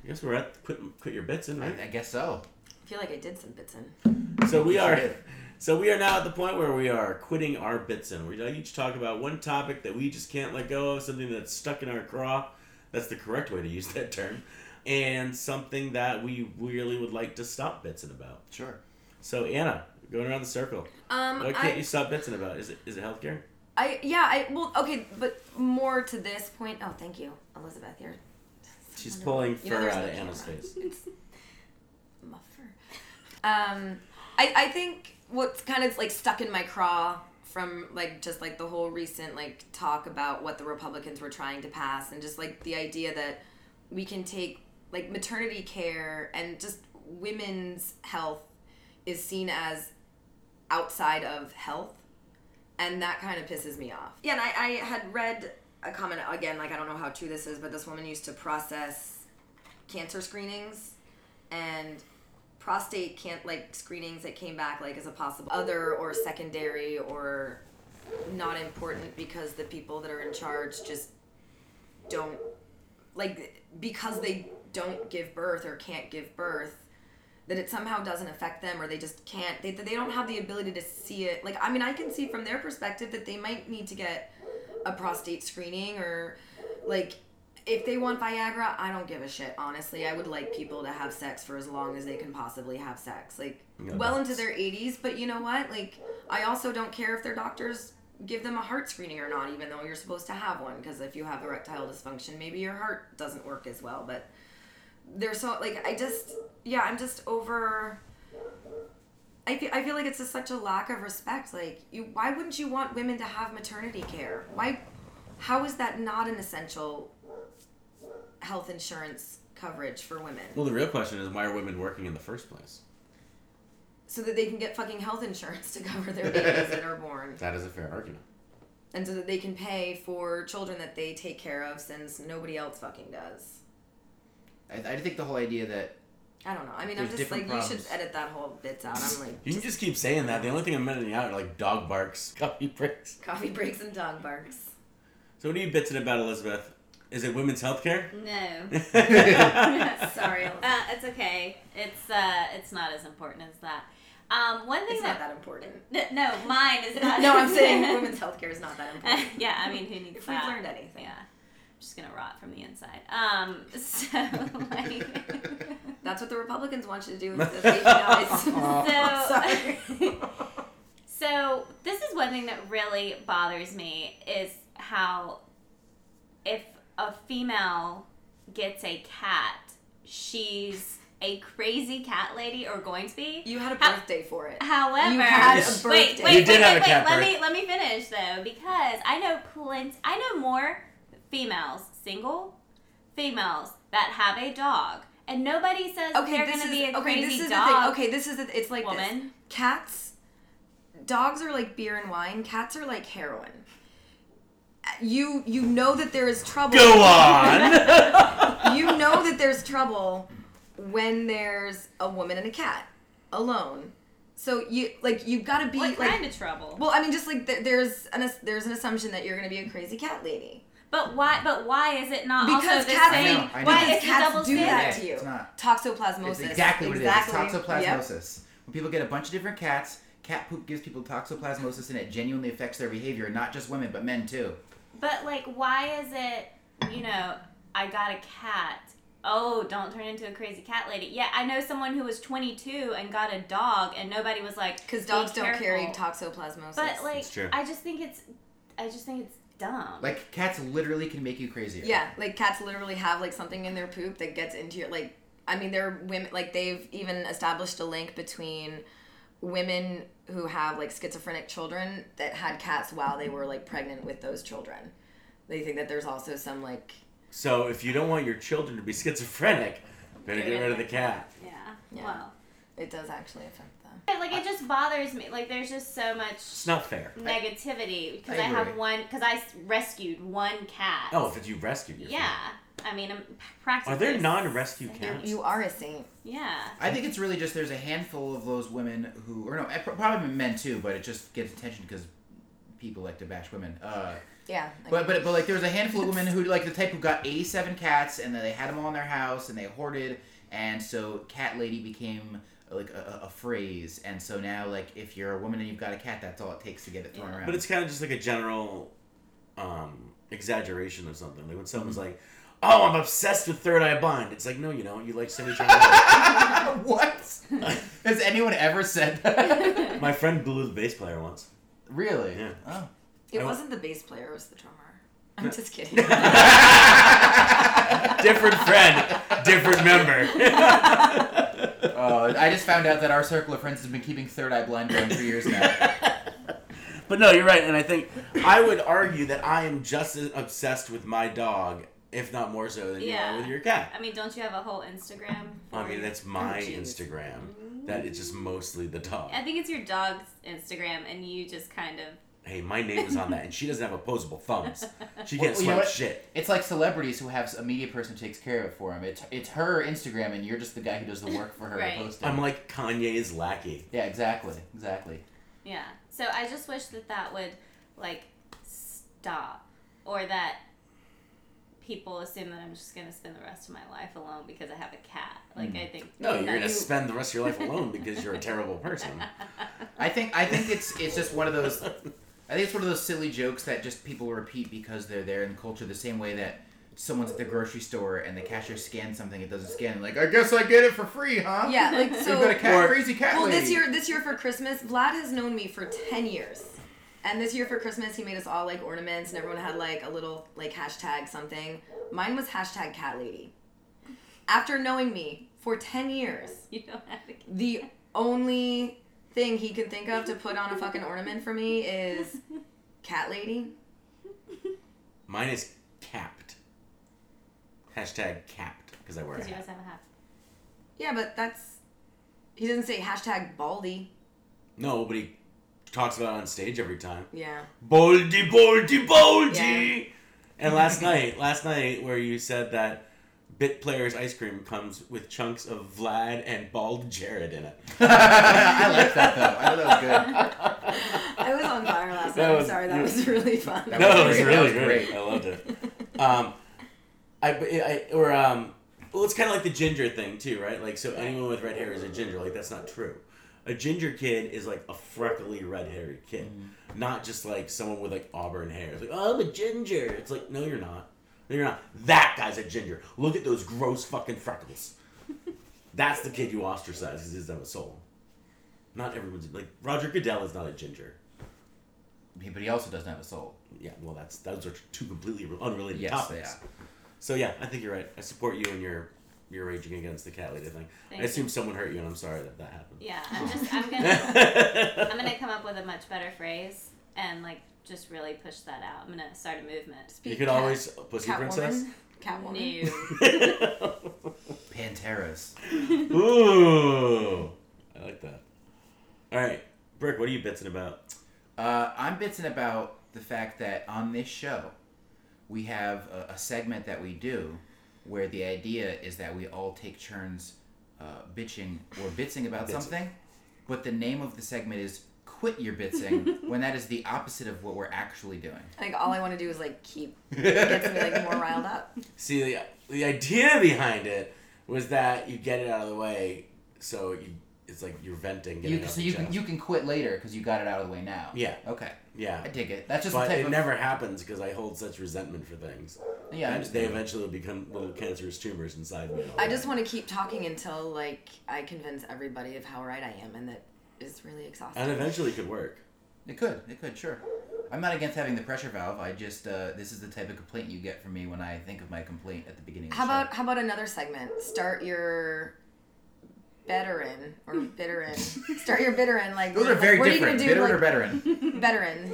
[SPEAKER 2] guess we're at quit quit your bits in
[SPEAKER 4] I,
[SPEAKER 2] right.
[SPEAKER 4] I guess so.
[SPEAKER 1] I feel like I did some bits in.
[SPEAKER 2] So we
[SPEAKER 4] Yes,
[SPEAKER 2] are,
[SPEAKER 4] you did.
[SPEAKER 2] so we are now at the point where we are quitting our bits and we each talk about one topic that we just can't let go of, something that's stuck in our craw. That's the correct way to use that term, and something that we really would like to stop bitsing about.
[SPEAKER 4] Sure.
[SPEAKER 2] So Anna, going around the circle,
[SPEAKER 1] Um,
[SPEAKER 2] what
[SPEAKER 1] I,
[SPEAKER 2] can't you stop bitsing about? Is it is it healthcare?
[SPEAKER 1] I yeah I well okay but more to this point oh thank you Elizabeth you're
[SPEAKER 2] She's pulling
[SPEAKER 1] You know
[SPEAKER 2] fur
[SPEAKER 1] there's
[SPEAKER 2] out of
[SPEAKER 1] no
[SPEAKER 2] Anna's
[SPEAKER 1] camera.
[SPEAKER 2] face.
[SPEAKER 1] muffer um I I think what's kind of like stuck in my craw from like just like the whole recent like talk about what the Republicans were trying to pass and just like the idea that we can take like maternity care and just women's health is seen as outside of health and that kind of pisses me off. Yeah, and I, I had read a comment again, like I don't know how true this is, but this woman used to process cancer screenings and prostate can't like screenings that came back like as a possible other or secondary or not important because the people that are in charge just don't like because they don't give birth or can't give birth that it somehow doesn't affect them or they just can't they, they don't have the ability to see it like i mean i can see from their perspective that they might need to get a prostate screening or like if they want viagra i don't give a shit honestly i would like people to have sex for as long as they can possibly have sex like
[SPEAKER 2] Yeah,
[SPEAKER 1] well
[SPEAKER 2] that's-
[SPEAKER 1] into their 80s but you know what like i also don't care if their doctors give them a heart screening or not even though you're supposed to have one because if you have erectile dysfunction maybe your heart doesn't work as well but they're so like I just yeah I'm just over. I feel, I feel like it's just such a lack of respect. Like you, why wouldn't you want women to have maternity care? Why, how is that not an essential health insurance coverage for women
[SPEAKER 2] Well, the real question is why are women working in the first place?
[SPEAKER 1] so that they can get fucking health insurance to cover their babies that are born
[SPEAKER 2] That is a fair argument.
[SPEAKER 1] and so that they can pay for children that they take care of since nobody else fucking does.
[SPEAKER 4] I, I think the whole idea that
[SPEAKER 1] I don't know. I mean,
[SPEAKER 4] There's
[SPEAKER 1] I'm just like
[SPEAKER 4] different
[SPEAKER 1] you should
[SPEAKER 4] problems.
[SPEAKER 1] edit that whole bits out. I'm like
[SPEAKER 2] You can just keep saying that. The only thing I'm editing out are like dog barks, coffee breaks.
[SPEAKER 1] coffee breaks and dog barks.
[SPEAKER 2] So what are you bitching about, Elizabeth? Is it women's health care?
[SPEAKER 5] No.
[SPEAKER 2] That's
[SPEAKER 1] Sorry, Elizabeth.
[SPEAKER 5] Uh, it's okay. It's uh, it's not as important as that. Um, one thing
[SPEAKER 1] It's not that important.
[SPEAKER 5] that no, mine is not.
[SPEAKER 1] no, I'm saying women's healthcare is not that important.
[SPEAKER 5] yeah, I mean, who needs
[SPEAKER 1] If we've
[SPEAKER 5] that?
[SPEAKER 1] learned anything,
[SPEAKER 5] Yeah, I'm just gonna rot from the inside. Um, so like,
[SPEAKER 1] that's what the Republicans want you to do. Is baby dies. Sorry.
[SPEAKER 5] so so this is one thing that really bothers me is how if a female gets a cat, she's a crazy cat lady or going to be.
[SPEAKER 1] You had a
[SPEAKER 5] How-
[SPEAKER 1] birthday for it.
[SPEAKER 5] However,
[SPEAKER 1] You had a
[SPEAKER 5] wait,
[SPEAKER 1] birthday.
[SPEAKER 5] wait,
[SPEAKER 1] You
[SPEAKER 5] wait,
[SPEAKER 2] did
[SPEAKER 5] wait,
[SPEAKER 2] have a
[SPEAKER 5] wait,
[SPEAKER 2] cat
[SPEAKER 5] Let me let me finish though, because I know plenty. I know more females, single females that have a dog, and nobody says
[SPEAKER 1] Okay,
[SPEAKER 5] they're
[SPEAKER 1] this
[SPEAKER 5] going to
[SPEAKER 1] is
[SPEAKER 5] be a
[SPEAKER 1] okay.
[SPEAKER 5] crazy
[SPEAKER 1] This is
[SPEAKER 5] dog.
[SPEAKER 1] the thing. Okay, this is the, it's like this.
[SPEAKER 5] woman.
[SPEAKER 1] Cats, dogs are like beer and wine. Cats are like heroin. You you know that there is trouble.
[SPEAKER 2] Go on.
[SPEAKER 1] you know that there's trouble when there's a woman and a cat alone. So you like you've got to be
[SPEAKER 5] What
[SPEAKER 1] like
[SPEAKER 5] kind of trouble?
[SPEAKER 1] well, I mean, just like th- there's an ass- there's an assumption that you're gonna be a crazy cat lady
[SPEAKER 5] but why? But why is it not
[SPEAKER 1] because
[SPEAKER 5] also the
[SPEAKER 1] cats,
[SPEAKER 5] same?
[SPEAKER 1] like,
[SPEAKER 4] I know, I
[SPEAKER 5] Why
[SPEAKER 4] know.
[SPEAKER 1] because
[SPEAKER 5] is the double
[SPEAKER 1] cats do
[SPEAKER 5] standard?
[SPEAKER 1] that to you.
[SPEAKER 4] It's not.
[SPEAKER 1] Toxoplasmosis.
[SPEAKER 4] It's exactly what it is. It's
[SPEAKER 1] Exactly. Yep.
[SPEAKER 4] toxoplasmosis. When people get a bunch of different cats, cat poop gives people toxoplasmosis and it genuinely affects their behavior, not just women, but men too.
[SPEAKER 5] But like, why is it? You know, I got a cat. Oh, don't turn into a crazy cat lady. Yeah, I know someone who was 22 and got a dog, and nobody was like,
[SPEAKER 1] Because
[SPEAKER 5] "Be
[SPEAKER 1] dogs don't carry
[SPEAKER 5] careful."
[SPEAKER 1] toxoplasmosis.
[SPEAKER 5] But like,
[SPEAKER 3] It's true.
[SPEAKER 5] I just think it's, I just think it's dumb.
[SPEAKER 4] Like cats literally can make you crazier.
[SPEAKER 1] yeah, like cats literally have like something in their poop that gets into your like. I mean, they're women. Like they've even established a link between women who have like schizophrenic children that had cats while they were like pregnant with those children. They think that there's also some like
[SPEAKER 2] so if you don't want your children to be schizophrenic, better get rid of the cat.
[SPEAKER 5] yeah.
[SPEAKER 1] Yeah.
[SPEAKER 5] Well,
[SPEAKER 1] it does actually affect them.
[SPEAKER 5] like it just bothers me. Like there's just so much
[SPEAKER 2] It's not fair.
[SPEAKER 5] negativity because
[SPEAKER 4] I
[SPEAKER 5] I, have
[SPEAKER 4] agree.
[SPEAKER 5] one because I s- rescued one cat.
[SPEAKER 2] Oh, if it's you rescued your
[SPEAKER 5] Yeah. I mean, I'm practically.
[SPEAKER 2] Are there non-rescue
[SPEAKER 5] You're-
[SPEAKER 2] cats?
[SPEAKER 1] You are a saint.
[SPEAKER 5] Yeah.
[SPEAKER 4] I think it's really just there's a handful of those women who, or no, eh, pro- probably men too, but it just gets attention because people like to bash women. Uh,
[SPEAKER 1] Yeah. I
[SPEAKER 4] but but but like there was a handful of women who like the type who got 87 cats and then they had them all in their house and they hoarded and so cat lady became uh, like a, a- a phrase and so now like if you're a woman and you've got a cat that's all it takes to get it thrown
[SPEAKER 5] Yeah.
[SPEAKER 4] around.
[SPEAKER 2] But it's kind of just like a general um, exaggeration of something. Like when someone's like, "Oh, I'm obsessed with Third Eye Blind," it's like, no, you know, you like Cindy John.
[SPEAKER 4] what? Has anyone ever said that?
[SPEAKER 2] My friend blew the bass player once.
[SPEAKER 4] really?
[SPEAKER 2] Yeah.
[SPEAKER 4] Oh.
[SPEAKER 1] it
[SPEAKER 2] I-
[SPEAKER 1] wasn't the bass player; it was the drummer. I'm just kidding.
[SPEAKER 2] Different friend, different member.
[SPEAKER 4] Uh, I just found out that our circle of friends has been keeping Third Eye Blind going for years now.
[SPEAKER 2] but no, you're right, and I think I would argue that I am just as obsessed with my dog, if not more so, than you
[SPEAKER 5] Yeah.
[SPEAKER 2] are with your cat.
[SPEAKER 5] I mean, don't you have a whole Instagram?
[SPEAKER 2] I
[SPEAKER 5] for
[SPEAKER 2] mean,
[SPEAKER 5] it?
[SPEAKER 2] that's my
[SPEAKER 1] Oh, geez.
[SPEAKER 2] Instagram. That is just mostly the dog.
[SPEAKER 5] I think it's your dog's Instagram, and you just kind of.
[SPEAKER 2] Hey, my name is on that, and she doesn't have opposable thumbs. She
[SPEAKER 4] Well,
[SPEAKER 2] can't
[SPEAKER 4] you know
[SPEAKER 2] swipe
[SPEAKER 4] what?
[SPEAKER 2] shit.
[SPEAKER 4] It's like celebrities who have a media person who takes care of it for them. It's, it's her Instagram, and you're just the guy who does the work for her
[SPEAKER 5] Right.
[SPEAKER 4] and posts it.
[SPEAKER 2] I'm like Kanye's lackey.
[SPEAKER 4] yeah, exactly, exactly.
[SPEAKER 5] Yeah. So I just wish that that would like stop, or that people assume that I'm just gonna spend the rest of my life alone because I have a cat. Like I think.
[SPEAKER 2] Mm. No,
[SPEAKER 5] that
[SPEAKER 2] you're gonna
[SPEAKER 5] you-
[SPEAKER 2] spend the rest of your life alone because you're a terrible person.
[SPEAKER 4] I think I think it's it's just one of those. I think it's one of those silly jokes that just people repeat because they're there in culture, the same way that someone's at the grocery store and the cashier scans something, it doesn't scan. Like, I guess I get it for free, huh?
[SPEAKER 1] yeah, like so.
[SPEAKER 4] You've got a cat,
[SPEAKER 2] Or-
[SPEAKER 4] crazy cat
[SPEAKER 1] Well,
[SPEAKER 4] lady.
[SPEAKER 1] this year, this year for Christmas, Vlad has known me for ten years, and this year for Christmas, he made us all like ornaments, and everyone had like a little like hashtag something. Mine was hashtag cat lady. After knowing me for ten years,
[SPEAKER 5] You don't have a cat.
[SPEAKER 1] the only thing he can think of to put on a fucking ornament for me is cat lady.
[SPEAKER 2] Mine is capped. Hashtag capped because I wear a
[SPEAKER 5] Because you guys
[SPEAKER 2] hat.
[SPEAKER 5] have a hat.
[SPEAKER 1] Yeah, but that's he doesn't say hashtag baldy.
[SPEAKER 2] No, but he talks about it on stage every time.
[SPEAKER 1] Yeah.
[SPEAKER 2] Boldy, boldy, boldy. And last night, last night where you said that Bit Player's ice cream comes with chunks of Vlad and bald Jared in it.
[SPEAKER 4] I like that though. I thought that was good.
[SPEAKER 1] I was on fire last
[SPEAKER 2] That
[SPEAKER 1] night. I'm
[SPEAKER 2] was-
[SPEAKER 1] sorry, that was really fun.
[SPEAKER 4] That
[SPEAKER 2] No, it
[SPEAKER 4] was
[SPEAKER 2] was
[SPEAKER 4] great.
[SPEAKER 2] really
[SPEAKER 4] That was
[SPEAKER 2] great.
[SPEAKER 4] great.
[SPEAKER 2] I loved it. Um, I, I or um, well, it's kind of like the ginger thing too, right? Like, so anyone with red hair is a ginger. Like, that's not true. A ginger kid is like a freckly red haired kid,
[SPEAKER 4] Mm-hmm.
[SPEAKER 2] not just like someone with like auburn hair. It's like, oh, I'm a ginger. It's like, no, you're not. No, you're not. That guy's a ginger. Look at those gross fucking freckles. That's the kid you ostracize because he doesn't have a soul. Not everyone's like Roger Goodell is not a ginger.
[SPEAKER 4] Yeah, But he also doesn't have a soul.
[SPEAKER 2] Yeah, well, that's those are two completely unrelated
[SPEAKER 4] Yes,
[SPEAKER 2] topics.
[SPEAKER 4] they are.
[SPEAKER 2] So yeah, I think you're right. I support you and your you're raging against the cat lady thing.
[SPEAKER 5] Thank
[SPEAKER 2] I
[SPEAKER 5] you.
[SPEAKER 2] assume someone hurt you, and I'm sorry that that happened.
[SPEAKER 5] Yeah, I'm just I'm gonna I'm gonna come up with a much better phrase and like just really push that out. I'm gonna start a movement.
[SPEAKER 2] you could always pussy princess.
[SPEAKER 1] Catwoman. Catwoman.
[SPEAKER 5] New.
[SPEAKER 4] Panteras.
[SPEAKER 2] Ooh, I like that. All right, Brick, what are you bitching about?
[SPEAKER 4] Uh, I'm bitching about the fact that on this show, we have a, a segment that we do where the idea is that we all take turns uh, bitching or bitsing about something, but the name of the segment is Quit Your Bitsing when that is the opposite of what we're actually doing.
[SPEAKER 1] I think all I want to do is like keep gets me like more riled up.
[SPEAKER 2] See, the, the idea behind it was that you get it out of the way, so you, it's like you're venting. Getting
[SPEAKER 4] You,
[SPEAKER 2] it off
[SPEAKER 4] so
[SPEAKER 2] the
[SPEAKER 4] you can,
[SPEAKER 2] chest.
[SPEAKER 4] you can quit later because you got it out of the way now.
[SPEAKER 2] Yeah.
[SPEAKER 4] Okay.
[SPEAKER 2] yeah.
[SPEAKER 4] I dig it. That's just
[SPEAKER 2] But
[SPEAKER 4] the type
[SPEAKER 2] it
[SPEAKER 4] of
[SPEAKER 2] never happens because I hold such resentment for things.
[SPEAKER 4] Yeah, I
[SPEAKER 2] And they
[SPEAKER 4] understand.
[SPEAKER 2] eventually will become little cancerous tumors inside me.
[SPEAKER 1] I just want to keep talking until like I convince everybody of how right I am, and that is really exhausting.
[SPEAKER 2] and eventually it could work.
[SPEAKER 4] It could. It could. Sure. I'm not against having the pressure valve. I just uh, this is the type of complaint you get from me when I think of my complaint at the beginning. Of
[SPEAKER 1] How
[SPEAKER 4] the show.
[SPEAKER 1] about how about another segment? Start your veteran or veteran. Start your veteran. Like
[SPEAKER 4] Those are
[SPEAKER 1] like,
[SPEAKER 4] very
[SPEAKER 1] what
[SPEAKER 4] different.
[SPEAKER 1] Are you
[SPEAKER 4] Veteran
[SPEAKER 1] gonna do,
[SPEAKER 4] or
[SPEAKER 1] like,
[SPEAKER 4] veteran?
[SPEAKER 1] veteran?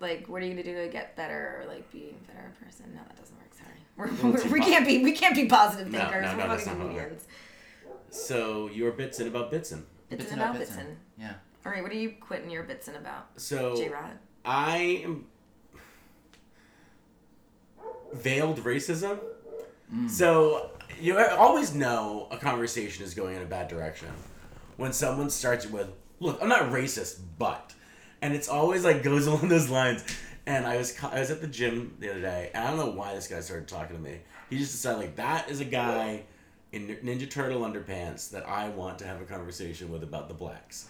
[SPEAKER 1] Like what are you gonna do to get better or like be a better person? No, that doesn't work. Sorry, we're, we're, we can't be we can't be positive
[SPEAKER 2] No,
[SPEAKER 1] thinkers.
[SPEAKER 2] no, no,
[SPEAKER 1] we're
[SPEAKER 2] that's
[SPEAKER 1] fucking
[SPEAKER 2] not how it
[SPEAKER 1] comedians.
[SPEAKER 2] So you're bitsin about bitsin.
[SPEAKER 1] Bitsin
[SPEAKER 4] Bitsin
[SPEAKER 1] about
[SPEAKER 4] bitsin.
[SPEAKER 1] bitsin.
[SPEAKER 4] Yeah.
[SPEAKER 1] All right, what are you quitting your bitsin about,
[SPEAKER 2] So
[SPEAKER 1] J Rod?
[SPEAKER 2] I am veiled racism. So you always know a conversation is going in a bad direction when someone starts with, "Look, I'm not racist, but," and it's always like goes along those lines. And I was co- I was at the gym the other day, and I don't know why this guy started talking to me. He just decided like that is a guy in Ninja Turtle underpants that I want to have a conversation with about the blacks.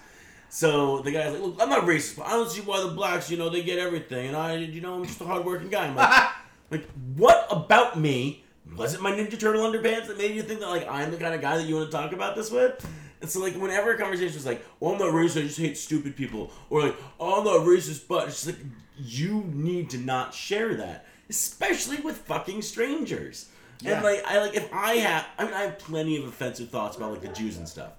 [SPEAKER 2] So the guy's like, "Look, I'm not racist, but I don't see why the blacks, you know, they get everything, and I, you know, I'm just a hardworking guy." I'm like, like, what about me? Was it my Ninja Turtle underpants that made you think that like I'm the kind of guy that you want to talk about this with? And so like whenever a conversation is like, "Oh, I'm not racist, I just hate stupid people," or like, "Oh, I'm not racist," but it's just like you need to not share that, especially with fucking strangers.
[SPEAKER 4] Yeah.
[SPEAKER 2] And like I like if I have, I mean, I have plenty of offensive thoughts about like the Jews and stuff,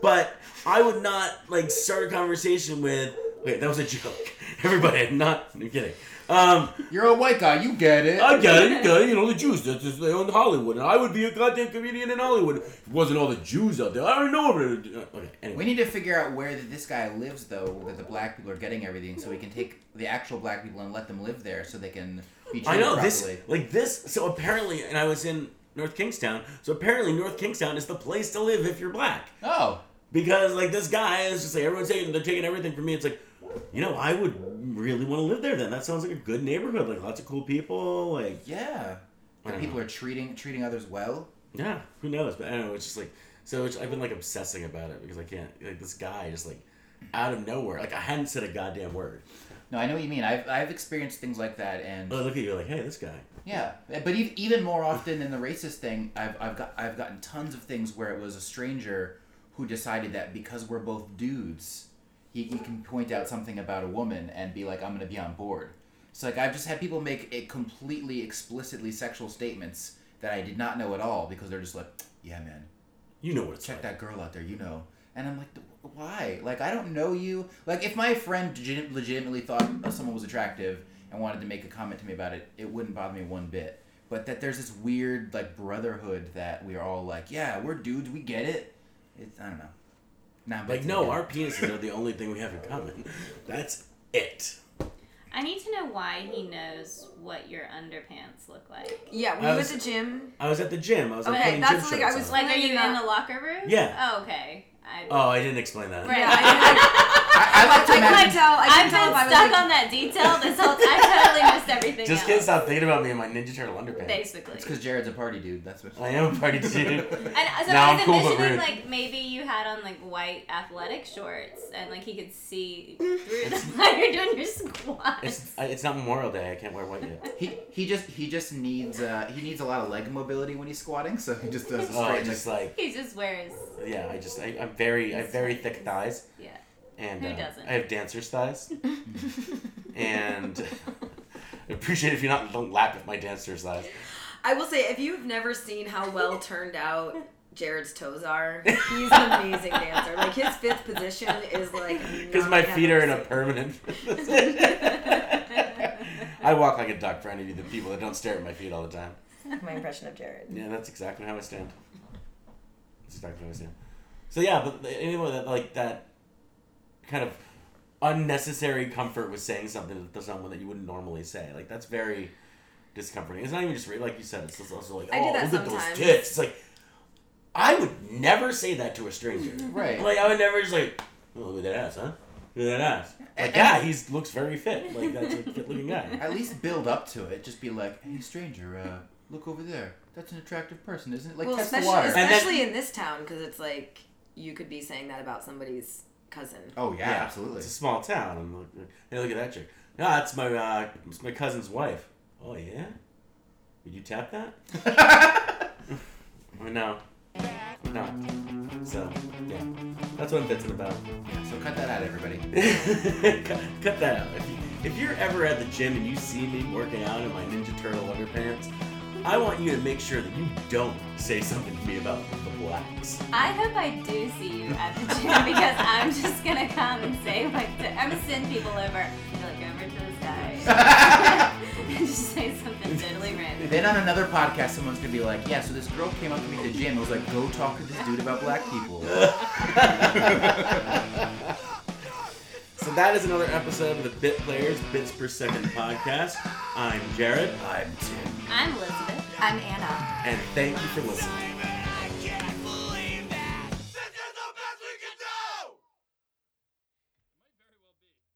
[SPEAKER 2] but I would not like start a conversation with. Wait, that was a joke. Everybody, I'm not. I'm kidding. Um,
[SPEAKER 4] You're a white guy. You get it.
[SPEAKER 2] I get it, you get it. You know the Jews. That's just, they own Hollywood, and I would be a goddamn comedian in Hollywood if it wasn't all the Jews out there. I don't know. uh, Okay, anyway.
[SPEAKER 4] we need to figure out where that this guy lives, though, that the black people are getting everything, so we can take the actual black people and let them live there, so they can be treated
[SPEAKER 2] I know
[SPEAKER 4] properly.
[SPEAKER 2] this, like this. So apparently, and I was in North Kingstown. So apparently, North Kingstown is the place to live if you're black,
[SPEAKER 4] Oh,
[SPEAKER 2] because like this guy is just like everyone's taking, they're taking everything from me. It's like, you know, I would really want to live there. Then that sounds like a good neighborhood, like lots of cool people, like
[SPEAKER 4] yeah.
[SPEAKER 2] I
[SPEAKER 4] The
[SPEAKER 2] don't
[SPEAKER 4] people are treating treating others well.
[SPEAKER 2] Yeah, who knows? But I don't know. It's just like so. It's, I've been like obsessing about it because I can't. Like this guy just like out of nowhere. Like I hadn't said a goddamn word.
[SPEAKER 4] No, I know what you mean. I've I've experienced things like that, and
[SPEAKER 2] But I look at you like, hey, this guy.
[SPEAKER 4] Yeah, but e- even more often than the racist thing, I've I've got I've gotten tons of things where it was a stranger who decided that because we're both dudes, he, he can point out something about a woman and be like, I'm gonna be on board. So like I've just had people make it completely explicitly sexual statements that I did not know at all because they're just like, yeah, man,
[SPEAKER 2] You know what it's
[SPEAKER 4] check
[SPEAKER 2] like.
[SPEAKER 4] that girl out there, you know. And I'm like, "Wh- why? Like, I don't know you. Like, if my friend legit- legitimately thought oh, someone was attractive and wanted to make a comment to me about it, it wouldn't bother me one bit. But that there's this weird, like, brotherhood that we are all like, yeah, we're dudes, we get it. It's, I don't know. Nah, but
[SPEAKER 2] Like no, our penises are the only thing we have in common. That's it.
[SPEAKER 5] I need to know why he knows what your underpants look like.
[SPEAKER 1] Yeah, were
[SPEAKER 2] I
[SPEAKER 1] you
[SPEAKER 2] was-
[SPEAKER 1] at the gym?
[SPEAKER 2] I was at the gym. I was like,
[SPEAKER 1] Okay,
[SPEAKER 2] putting
[SPEAKER 1] that's
[SPEAKER 2] gym
[SPEAKER 1] like I
[SPEAKER 2] shorts
[SPEAKER 1] was
[SPEAKER 2] on.
[SPEAKER 5] Like, are you
[SPEAKER 1] Yeah.
[SPEAKER 5] in the locker room?
[SPEAKER 2] Yeah.
[SPEAKER 5] Oh, okay. I,
[SPEAKER 2] Oh, I didn't explain that.
[SPEAKER 5] Right.
[SPEAKER 1] Yeah, I,
[SPEAKER 4] I, I like to
[SPEAKER 1] I, I,
[SPEAKER 4] imagine.
[SPEAKER 1] couldn't tell. I
[SPEAKER 5] I've
[SPEAKER 1] couldn't
[SPEAKER 5] been
[SPEAKER 1] tell if I
[SPEAKER 5] stuck
[SPEAKER 1] was like,
[SPEAKER 5] on that detail this whole. I totally missed everything.
[SPEAKER 2] Just can't
[SPEAKER 5] else,
[SPEAKER 2] stop thinking about me in my Ninja Turtle underpants.
[SPEAKER 5] basically.
[SPEAKER 4] It's because Jared's a party dude, that's what.
[SPEAKER 2] I am a party dude.
[SPEAKER 5] And uh, so
[SPEAKER 2] Now
[SPEAKER 5] I was
[SPEAKER 2] I'm cool, but
[SPEAKER 5] envisioning
[SPEAKER 2] rude.
[SPEAKER 5] like maybe you had on like white athletic shorts and like he could see through the while you're doing your squats.
[SPEAKER 2] It's I- it's not Memorial Day. I can't wear white yet.
[SPEAKER 4] He, he just he just needs uh, he needs a lot of leg mobility when he's squatting, so he just does a
[SPEAKER 2] Oh, I
[SPEAKER 4] straight.
[SPEAKER 2] just like
[SPEAKER 5] He just wears
[SPEAKER 2] yeah. I just I, I'm very I have very thick thighs.
[SPEAKER 5] yeah.
[SPEAKER 2] And
[SPEAKER 5] Who
[SPEAKER 2] uh,
[SPEAKER 5] doesn't?
[SPEAKER 2] I have dancer's thighs. and I appreciate if you're not don't laugh at my dancer's thighs.
[SPEAKER 1] I will say, if you've never seen how well turned out Jared's toes are, he's an amazing dancer. Like his fifth position is like
[SPEAKER 2] Because
[SPEAKER 1] not
[SPEAKER 2] my
[SPEAKER 1] gonna
[SPEAKER 2] feet are in a
[SPEAKER 1] happen.
[SPEAKER 2] permanent position. I walk like a duck for any of you, the people that don't stare at my feet all the time.
[SPEAKER 1] my impression of Jared.
[SPEAKER 2] Yeah, that's exactly how I stand. That's exactly how I stand. So yeah, but the- anyway, that like that kind of unnecessary comfort with saying something to someone that you wouldn't normally say. Like that's very discomforting. It's not even just re- like you said. It's just also like
[SPEAKER 1] I do
[SPEAKER 2] oh,
[SPEAKER 1] that
[SPEAKER 2] look at those
[SPEAKER 1] sometimes.
[SPEAKER 2] tits. It's like I would never say that to a stranger.
[SPEAKER 1] Mm-hmm.
[SPEAKER 4] Right.
[SPEAKER 2] Like I would never just like oh, look at that ass, huh? Look at that ass. Like
[SPEAKER 4] And-
[SPEAKER 2] yeah, he's looks very fit. Like that's a fit looking guy.
[SPEAKER 4] At least build up to it. Just be like, hey, stranger, uh, look over there. That's an attractive person, isn't it? Like,
[SPEAKER 1] Well,
[SPEAKER 4] test the
[SPEAKER 1] especially,
[SPEAKER 4] water.
[SPEAKER 2] And then-
[SPEAKER 1] especially in this town, because it's like you could be saying that about somebody's cousin.
[SPEAKER 4] oh, yeah, absolutely.
[SPEAKER 2] It's a small town. I'm like, hey, look at that chick. No, that's my uh, it's my cousin's wife. Oh yeah, would you tap that?
[SPEAKER 4] Oh,
[SPEAKER 2] Or no, no. So yeah, that's what I'm bitching about.
[SPEAKER 4] Yeah, so cut that out, everybody.
[SPEAKER 2] cut, cut that out. If, you, if you're ever at the gym and you see me working out in my Ninja Turtle underpants, I want you to make sure that you don't say something to me about the blacks.
[SPEAKER 5] I hope I do see you at the gym because I'm just gonna come and say like to, I'm gonna send people over, be like over to this guy, and just say something totally random.
[SPEAKER 4] Then on another podcast, someone's gonna be like, "Yeah, so this girl came up to me at the gym and was like, go talk to this dude about black people.'"
[SPEAKER 2] So that is another episode of the Bit Players Bits Per Second podcast. I'm Jared.
[SPEAKER 4] I'm Tim.
[SPEAKER 5] I'm Elizabeth.
[SPEAKER 1] I'm Anna.
[SPEAKER 2] and thank you for listening.